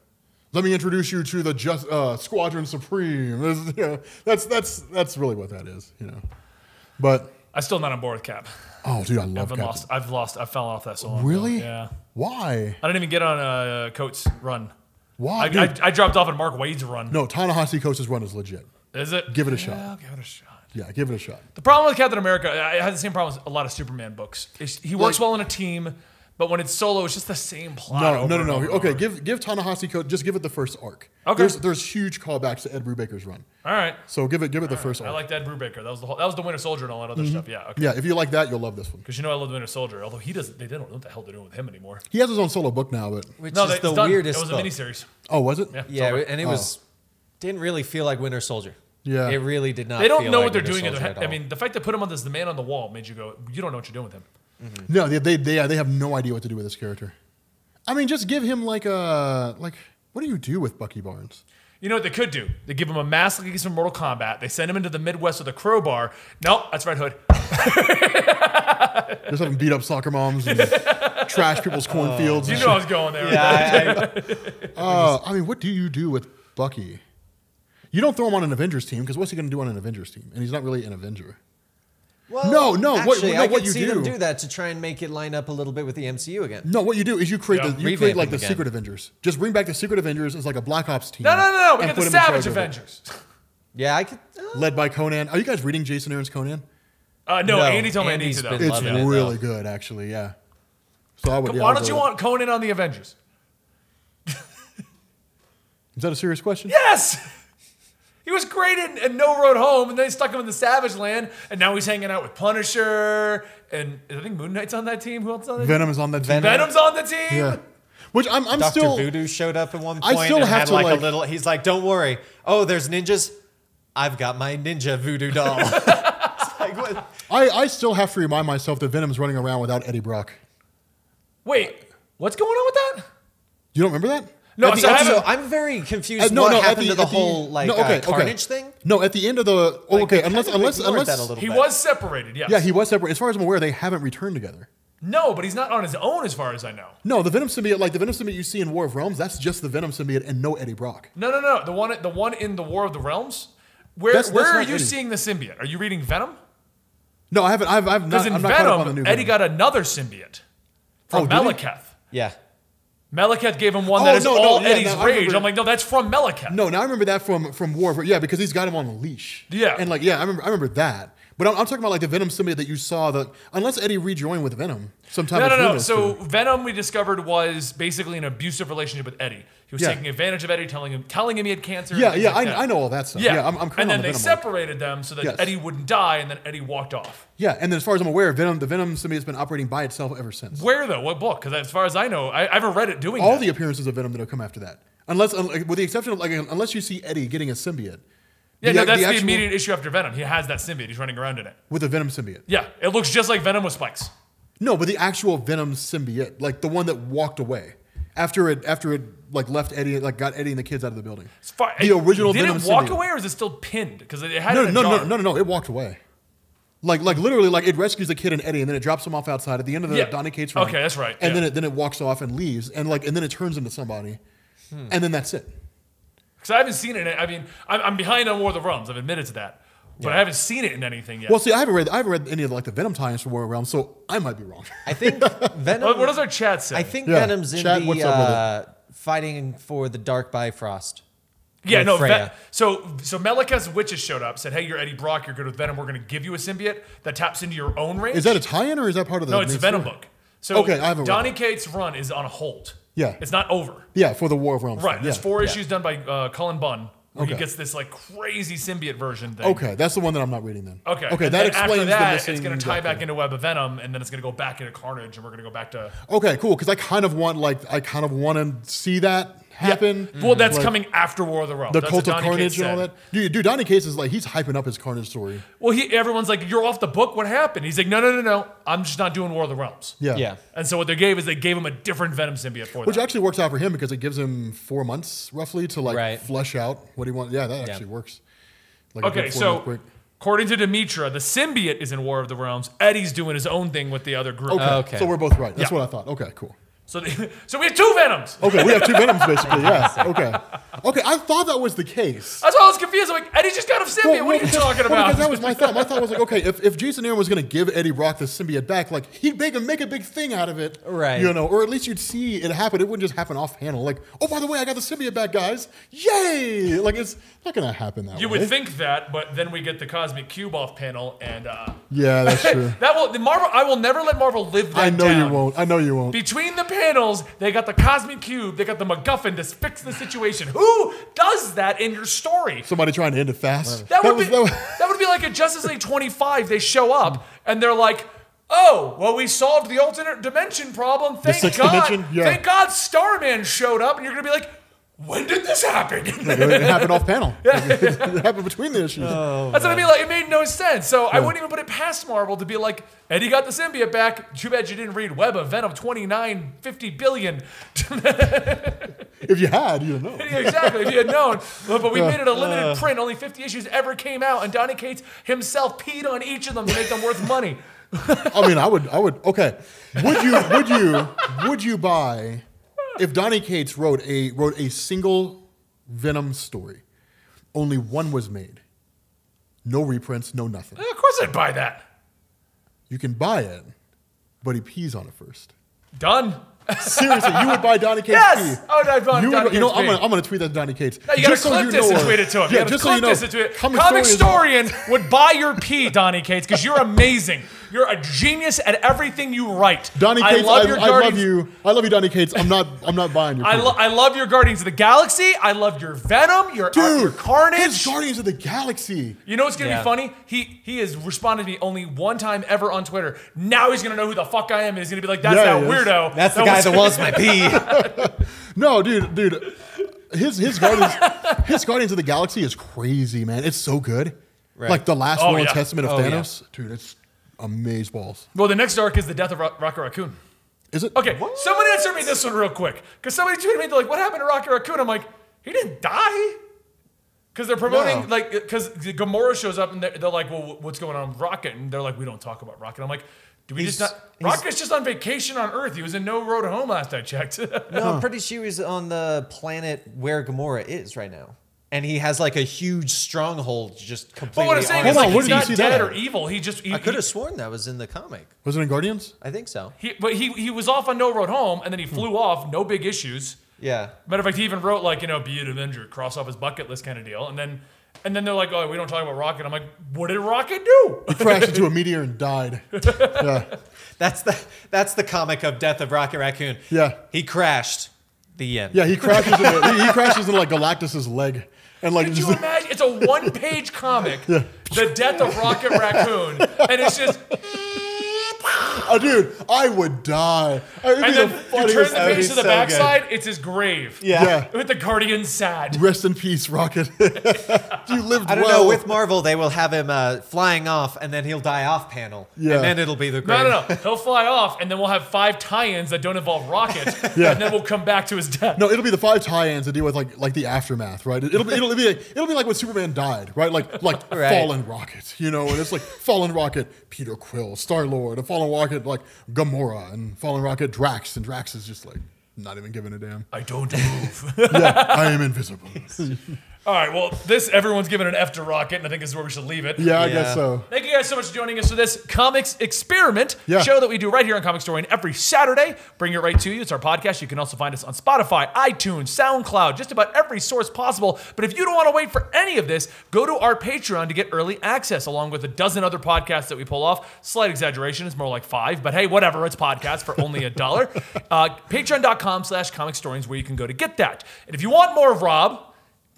S3: Let me introduce you to the just, uh, Squadron Supreme. This is, you know, that's that's that's really what that is, you know. But
S1: I'm still not on board with Cap.
S3: oh, dude, I love
S1: I've been
S3: Captain.
S1: lost. I've lost. I fell off that so long. ago.
S3: Really?
S1: Yeah.
S3: Why?
S1: I didn't even get on uh, Coates' run.
S3: Why?
S1: I,
S3: Oh, dude,
S1: I, I dropped off on Mark Wade's run.
S3: no, Ta-Nehisi Coates' run is legit.
S1: Is it?
S3: Give it a
S1: Yeah,
S3: shot.
S1: I'll give it a shot.
S3: Yeah, give it a shot.
S1: The problem with Captain America, I I had the same problem with a lot of Superman books. It's- he works
S3: Like-
S1: well in a team, but when it's solo, it's just the same plot.
S3: No,
S1: over
S3: no, no,
S1: and
S3: no.
S1: over and
S3: Okay,
S1: over.
S3: give give Ta-Nehisi Coates. Just give it the first arc.
S1: Okay.
S3: There's, there's huge callbacks to Ed Brubaker's run.
S1: All right.
S3: So give it give it the first
S1: I
S3: arc.
S1: like that Brubaker. That was the whole, that was the Winter Soldier and all that other
S3: Mm-hmm.
S1: stuff. Yeah. Okay.
S3: yeah, if you like that, you'll love this one.
S1: Because you know I love the Winter Soldier, although he doesn't. They don't know what the hell they're doing with him anymore.
S3: He has his own solo book now, but
S2: Which
S1: No,
S2: is
S1: that's
S2: the
S1: done.
S2: weirdest.
S1: It was a
S2: book.
S1: miniseries.
S3: oh, was it?
S1: Yeah. it's
S2: Yeah,
S1: over.
S2: and it was didn't really feel like Winter Soldier.
S3: Yeah.
S2: it really did not.
S1: They don't
S2: feel
S1: know
S2: like
S1: what they're
S2: Winter
S1: doing. In their
S2: Soldier
S1: head.
S2: at
S1: I
S2: all.
S1: mean, the fact they put him on this the man on the wall made you go, you don't know what you're doing with him.
S3: No, they, they uh, they they have no idea what to do with this character. I mean, just give him like a like. What do you do with Bucky Barnes?
S1: You know what they could do? They give him a mask like he's from Mortal Kombat. They send him into the Midwest with a crowbar. Nope, that's Red Hood.
S3: Just have him beat up soccer moms and trash people's cornfields.
S1: Uh, You
S3: and
S1: knew I
S3: shit.
S1: was going there.
S2: yeah, I, I,
S3: Uh, I mean, what do you do with Bucky? You don't throw him on an Avengers team because what's he going to do on an Avengers team? And he's not really an Avenger.
S2: well,
S3: No, no, what-
S2: Actually,
S3: no,
S2: I
S3: what
S2: could
S3: you
S2: see them
S3: do-
S2: do that to try and make it line up a little bit with the MCU again.
S3: No, what you do is you create
S1: Yeah.
S3: the you
S2: Revamp
S3: create like
S2: them
S3: the
S2: again.
S3: Secret Avengers. Just bring back the Secret Avengers as like a Black Ops team.
S1: No, no, no, no. We
S3: and
S1: got
S3: put
S1: the
S3: him in charge
S1: Savage
S3: of it.
S1: Avengers.
S2: Yeah, I could. uh,
S3: led by Conan. Are you guys reading Jason Aaron's Conan?
S1: Uh, no,
S2: No,
S1: Andy told me I need
S2: Andy's
S1: to, though.
S2: been
S3: It's
S2: Loving it, though.
S3: really good, actually. Yeah. So I would. yeah,
S1: Why
S3: I'll
S1: don't
S3: go
S1: you
S3: with it.
S1: want Conan on the Avengers?
S3: Is that a serious question?
S1: Yes! He was great in, in No Road Home, and then they stuck him in the Savage Land, and now he's hanging out with Punisher, and I think Moon Knight's on that team. Who else is on that team?
S3: Venom is on that team.
S2: Venom.
S1: Venom's on the team!
S3: Yeah. Which I'm, I'm
S2: Doctor
S3: still.
S2: Voodoo showed up at one
S3: I
S2: point
S3: still
S2: and
S3: have
S2: had
S3: to,
S2: like,
S3: like-
S2: a little. He's like, "Don't worry. Oh, there's ninjas. I've got my ninja voodoo doll." it's like, what?
S3: I, I still have to remind myself that Venom's running around without Eddie Brock.
S1: Wait, what's going on with that?
S3: You don't remember that?
S1: No,
S3: At the
S1: so I
S3: end-
S1: haven't-
S2: So I'm very confused.
S3: at- Uh, no,
S2: what
S3: no. at
S2: happened
S3: the-
S2: to the
S3: at
S2: whole like
S3: no,
S2: uh,
S3: okay, okay.
S2: carnage thing?
S3: No, at the end of the. Oh,
S2: Like,
S3: okay.
S2: they kind
S3: Unless
S2: of
S3: unless
S2: ignored
S3: unless
S2: that a little
S1: He
S2: bit.
S1: was separated, yes.
S3: Yeah, he was separate. As far as I'm aware, they haven't returned together.
S1: No, but he's not on his own as far as I know.
S3: No, the Venom symbiote, like the Venom symbiote you see in War of Realms, that's just the Venom symbiote and no Eddie Brock.
S1: No, no, no. The one, the one in the War of the Realms. Where,
S3: That's-
S1: where
S3: that's
S1: are
S3: not
S1: you
S3: Eddie.
S1: seeing the symbiote? Are you reading Venom?
S3: No, I haven't. I've, I've
S1: Because
S3: not.
S1: in
S3: I'm not caught up on the
S1: Venom,
S3: new
S1: Eddie
S3: Venom.
S1: got another symbiote
S3: Oh,
S1: from
S3: did he?
S1: Meliketh.
S2: Yeah.
S1: Meliketh gave him one
S3: Oh,
S1: that is
S3: no, no,
S1: all
S3: yeah,
S1: Eddie's
S3: no, I
S1: rage.
S3: remember.
S1: I'm like, no, that's from Meliketh.
S3: No, now I remember that from from War. Of, yeah, because he's got him on a leash.
S1: Yeah.
S3: and like yeah, I remember. I remember that. But I'm, I'm talking about like the Venom symbiote that you saw. That unless Eddie rejoined with Venom sometime.
S1: No, no,
S3: between
S1: no.
S3: those
S1: So
S3: two.
S1: Venom, we discovered, was basically an abusive relationship with Eddie. He was
S3: Yeah.
S1: taking advantage of Eddie, telling him, telling him he had cancer. and
S3: yeah,
S1: things
S3: yeah,
S1: like that.
S3: I, I know all that stuff.
S1: Yeah,
S3: Yeah, I'm, I'm
S1: and
S3: kind
S1: then
S3: of
S1: they
S3: Venom. like-
S1: separated them so that
S3: Yes.
S1: Eddie wouldn't die, and then Eddie walked off.
S3: Yeah, and then as far as I'm aware, Venom, the Venom symbiote's been operating by itself ever since.
S1: Where though? What book? Because as far as I know, I, I haven't read it doing
S3: all
S1: that.
S3: the appearances of Venom that'll come after that, unless un- like, with the exception of like unless you see Eddie getting a symbiote.
S1: yeah, no, that's the,
S3: actual-
S1: immediate issue after Venom. He has that symbiote. He's running around in it.
S3: with the Venom symbiote.
S1: Yeah, it looks just like Venom with spikes.
S3: No, but the actual Venom symbiote, like the one that walked away after it after it like left Eddie, like got Eddie and the kids out of the building.
S1: It's fi-
S3: The original
S1: did
S3: Venom
S1: it walk
S3: symbiote.
S1: away or is it still pinned? Because it had
S3: No,
S1: it
S3: no,
S1: in
S3: no,
S1: a
S3: no,
S1: jar.
S3: no, no, no, it walked away. Like, like literally, like it rescues the kid and Eddie, and then it drops them off outside at the end of the
S1: Yeah.
S3: Donny Cates run.
S1: Okay, that's right,
S3: And
S1: yeah.
S3: then it then it walks off and leaves, and like and then it turns into somebody,
S1: Hmm.
S3: and then that's it.
S1: Because I haven't seen it. In, I mean, I'm, I'm behind on War of the Realms. I've admitted to that, but I haven't seen it in anything yet.
S3: Well, see, I haven't read I haven't read any of like the Venom tie-ins for War of the Realms, so I might be wrong.
S2: I think
S1: what,
S2: Venom.
S1: what does our chat say?
S2: I think
S3: Yeah,
S2: Venom's in
S3: chat, what's
S2: the
S3: up with it?
S2: uh, fighting for the Dark Bifrost.
S1: Yeah,
S2: with
S1: no. Ve-
S2: Freya.
S1: so so Melika's witches showed up, said, "Hey, you're Eddie Brock. You're good with Venom. We're going to give you a symbiote that taps into your own range."
S3: Is that a tie-in or is that part of the?
S1: no? It's a
S3: main
S1: Venom
S3: story?
S1: book. So
S3: Okay, I haven't read
S1: Donny Cates' run is on hold.
S3: Yeah.
S1: it's not over.
S3: Yeah, for the War of Realms.
S1: Right.
S3: Yeah.
S1: There's four issues done by uh, Cullen Bunn. Where He
S3: Okay.
S1: gets this like crazy symbiote version thing.
S3: Okay, that's the one that I'm not reading then.
S1: Okay.
S3: Okay,
S1: and
S3: that
S1: then
S3: explains
S1: after that,
S3: the missing.
S1: It's going to tie back
S3: document.
S1: into Web of Venom, and then it's going to go back into Carnage, and we're going to go back to.
S3: Okay, cool. Because I kind of want like I kind of want to see that happen.
S1: Well, that's
S3: Mm-hmm. Like,
S1: coming after War of the Realms.
S3: The
S1: That's what
S3: cult of
S1: Donny Cates
S3: Carnage and all
S1: said.
S3: that. Dude, dude, Donny Case is like he's hyping up his Carnage story.
S1: Well, he, everyone's like, "You're off the book. What happened?" He's like, "No, no, no, no. I'm just not doing War of the Realms."
S3: Yeah.
S2: Yeah.
S1: And so what they gave is they gave him a different Venom symbiote for
S3: Which
S1: that.
S3: actually works out for him because it gives him four months roughly to like
S2: Right.
S3: flesh out what he wants. Yeah, that actually works. Like a
S1: okay,
S3: good four
S1: so
S3: month break.
S1: according to Demetra, the symbiote is in War of the Realms. Eddie's doing his own thing with the other group.
S3: Okay.
S2: Oh, Okay.
S3: So we're both right. That's
S1: Yeah.
S3: what I thought. Okay, cool.
S1: So, they, so we have two Venoms.
S3: Okay, we have two Venoms basically. Yeah. Okay. Okay, I thought that was the case.
S1: That's why I was confused. I'm like, Eddie's just got a symbiote.
S3: Well,
S1: what
S3: well,
S1: are you
S3: because-
S1: talking
S3: well,
S1: about?
S3: because that was my thought. My thought was like, okay, if, if Jason Aaron was going to give Eddie Brock the symbiote back, like he'd make a, make a big thing out of it,
S2: Right.
S3: You know, or at least you'd see it happen. It wouldn't just happen off panel. Like, oh, by the way, I got the symbiote back, guys! Yay! Like it's not going to happen that
S1: you
S3: way.
S1: would think that, but then we get the cosmic cube off panel, and uh,
S3: yeah, that's true.
S1: that will the Marvel. I will never let Marvel live that
S3: I know
S1: down.
S3: you won't. I know you won't.
S1: Between the panels, they got the cosmic cube, they got the MacGuffin to fix the situation. Who does that in your story?
S3: Somebody trying to end it fast.
S1: That would
S3: was-
S1: be
S3: that was-
S1: that would be like a Justice League 25. They show up and they're like, "Oh, well, we solved the alternate dimension problem. Thank
S3: sixth
S1: God!
S3: dimension? Yeah.
S1: Thank God, Starman showed up." And you're gonna be like, "When did this happen?" That's
S3: it happened off panel. it happened between the issues.
S1: what I mean. Like, it made no sense. So I wouldn't even put it past Marvel to be like, "Eddie got the symbiote back. Too bad you didn't read Web of Venom 29, 50 billion."
S3: If you had, you don't know.
S1: Yeah, exactly. If you had known, but, but we made it a limited
S3: Uh.
S1: print. Only 50 issues ever came out, and Donny Cates himself peed on each of them to make them worth money.
S3: I mean, I would, I would. Okay, would you, would you, would you buy if Donny Cates wrote a wrote a single Venom story? Only one was made. No reprints, no nothing.
S1: Of course, I'd buy that.
S3: You can buy it, but he pees on it first.
S1: Done.
S3: Seriously, you would buy Donny Cates.
S1: Yes,
S3: pee.
S1: I would buy Donny
S3: you, would- you know,
S1: Cates
S3: I'm
S1: pee.
S3: gonna, I'm gonna tweet that to Donny Cates.
S1: Now you gotta
S3: Just so
S1: clip this and
S3: know-
S1: tweet it to him.
S3: Yeah,
S1: you gotta
S3: just so
S1: clip
S3: you know,
S1: this and tweet it. Comic,
S3: Comic Story is-
S1: Storian would buy your pee, Donny Cates, because you're amazing. You're a genius at everything you write.
S3: Donny Cates, I, love, I, love
S1: Guardians-
S3: you. I love you, Donny Cates. I'm not, I'm not buying your.
S1: I,
S3: pee.
S1: lo- I love your Guardians of the Galaxy. I love your Venom, your, uh, your
S3: Dude,
S1: Carnage.
S3: It's Guardians of the Galaxy.
S1: You know what's gonna
S2: Yeah.
S1: be funny? He he has responded to me only one time ever on Twitter. Now he's gonna know who the fuck I am. And he's gonna be like, "That's
S3: Yeah,
S1: that
S3: he is.
S1: weirdo."
S2: That's
S1: that
S2: the guy
S1: was-
S2: that wants my pee.
S3: No, dude, dude. His his Guardians his Guardians of the Galaxy is crazy, man. It's so good.
S2: Right.
S3: Like the last
S1: Oh,
S3: will and
S1: yeah.
S3: testament of
S2: Oh, yeah.
S3: Thanos, dude. It's amaze balls.
S1: Well, the next arc is the death of Ro- Rocket Raccoon.
S3: Is it
S1: Okay, someone answer me this one real quick, because somebody tweeted me they're like, "What happened to Rocket Raccoon?" I'm like, "He didn't die." Because they're promoting
S3: No.
S1: like because Gamora shows up and they're, they're like, "Well, what's going on with Rocket?" And they're like, "We don't talk about Rocket." I'm like. Do we
S2: He's-
S1: just not? Rocket's just on vacation on Earth. He was in no road home last I checked.
S2: No, I'm pretty sure he's on the planet where Gamora is right now. And he has like a huge stronghold just
S1: but
S2: completely.
S1: what I'm saying
S2: on
S1: is,
S3: Hold
S1: like,
S3: on,
S1: he's
S3: where did you
S1: not
S3: see
S1: dead
S3: that
S1: or
S3: at?
S1: evil. He just he,
S2: I
S1: he-
S2: could have sworn that was in the comic.
S3: was it in Guardians?
S2: I think so.
S1: He, but he he was off on no road home, and then he flew off, no big issues.
S2: Yeah.
S1: Matter of fact, he even wrote like you know, be an Avenger, cross off his bucket list kind of deal, and then And then they're like, oh, we don't talk about Rocket. I'm like, what did Rocket do?
S3: crashed into a meteor and died. Yeah.
S2: That's the that's the comic of Death of Rocket Raccoon.
S3: Yeah.
S2: He crashed. The end.
S3: Yeah, he crashes into he, he crashes into like Galactus's leg. And like
S1: Could
S3: just-
S1: you imagine? It's a one page comic, The Death of Rocket Raccoon. And it's just,
S3: oh, dude, I would die. It'd be
S1: and
S3: the
S1: then you turn
S3: funniest
S1: the page
S2: He's
S1: to the
S2: so
S1: backside, it's his grave.
S3: Yeah.
S1: With the Guardian sad.
S3: Rest in peace, Rocket. you lived
S2: I don't
S3: well.
S2: know. With Marvel, they will have him uh, flying off, and then he'll die off panel,
S3: Yeah.
S2: and then it'll be the great.
S1: No, no, no. He'll fly off, and then we'll have five tie-ins that don't involve Rocket, and then we'll come back to his death.
S3: No, it'll be the five tie-ins that deal with like like the aftermath, right? It'll be it'll be like, it'll be like when Superman died, right? Like like
S2: Right.
S3: fallen rocket, you know, and it's like fallen rocket, Peter Quill, Star Lord, a fallen rocket like Gamora, and fallen rocket Drax, and Drax is just like not even giving a damn.
S1: I don't move.
S3: Yeah, I am invisible.
S1: All right. Well, this everyone's giving an F to Rocket, and I think this is where we should leave it.
S3: yeah, I
S2: Yeah.
S3: guess so.
S1: Thank you guys so much for joining us for this comics experiment
S3: Yeah.
S1: show that we do right here on Comic Story and every Saturday. Bring it right to you. It's our podcast. You can also find us on Spotify, iTunes, SoundCloud, just about every source possible. But if you don't want to wait for any of this, go to our Patreon to get early access, along with a dozen other podcasts that we pull off. Slight exaggeration, it's more like five, but hey, whatever. It's podcasts for only a dollar. Uh, Patreon.com slash comic stories where you can go to get that. And if you want more of Rob,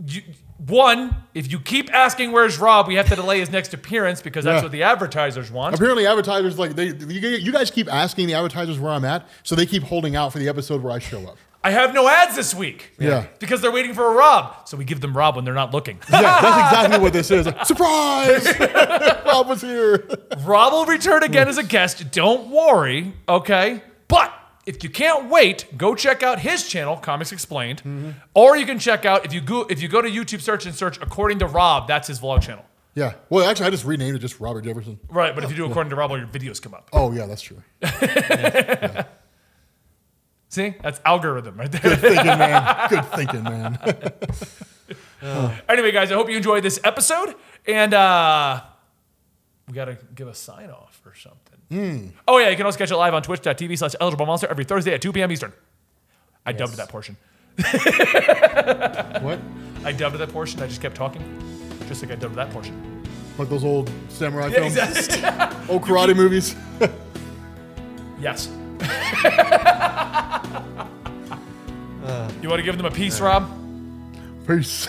S1: you, one, if you keep asking where's Rob, we have to delay his next appearance because that's
S3: Yeah.
S1: what the advertisers want.
S3: Apparently, advertisers like they you, you guys keep asking the advertisers where I'm at, so they keep holding out for the episode where I show up.
S1: I have no ads this week.
S3: Yeah.
S1: Because they're waiting for a Rob. So we give them Rob when they're not looking.
S3: Yeah, that's exactly what this is. Like, Surprise! Rob was here.
S1: Rob will return again as a guest. Don't worry, okay? But if you can't wait, go check out his channel, Comics Explained,
S3: Mm-hmm.
S1: or you can check out if you go if you go to YouTube search and search according to Rob, that's his vlog channel.
S3: Yeah. Well, actually, I just renamed it just Robert Jefferson.
S1: Right, but if you do according to Rob, all your videos come up.
S3: Oh, yeah, that's true.
S1: See, that's algorithm right there.
S3: Thinking, man. Good thinking, man.
S1: Anyway, guys, I hope you enjoyed this episode. And uh, we got to give a sign off or something. Oh, yeah. You can also catch it live on twitch.tv slash eligible monster every Thursday at 2 p.m. Eastern. I dubbed that portion.
S3: what?
S1: I dubbed that portion. I just kept talking, just like I dubbed that portion.
S3: Like those old samurai films,
S1: Yes.
S3: old karate movies.
S1: yes. you want to give them a piece, Rob?
S3: Peace.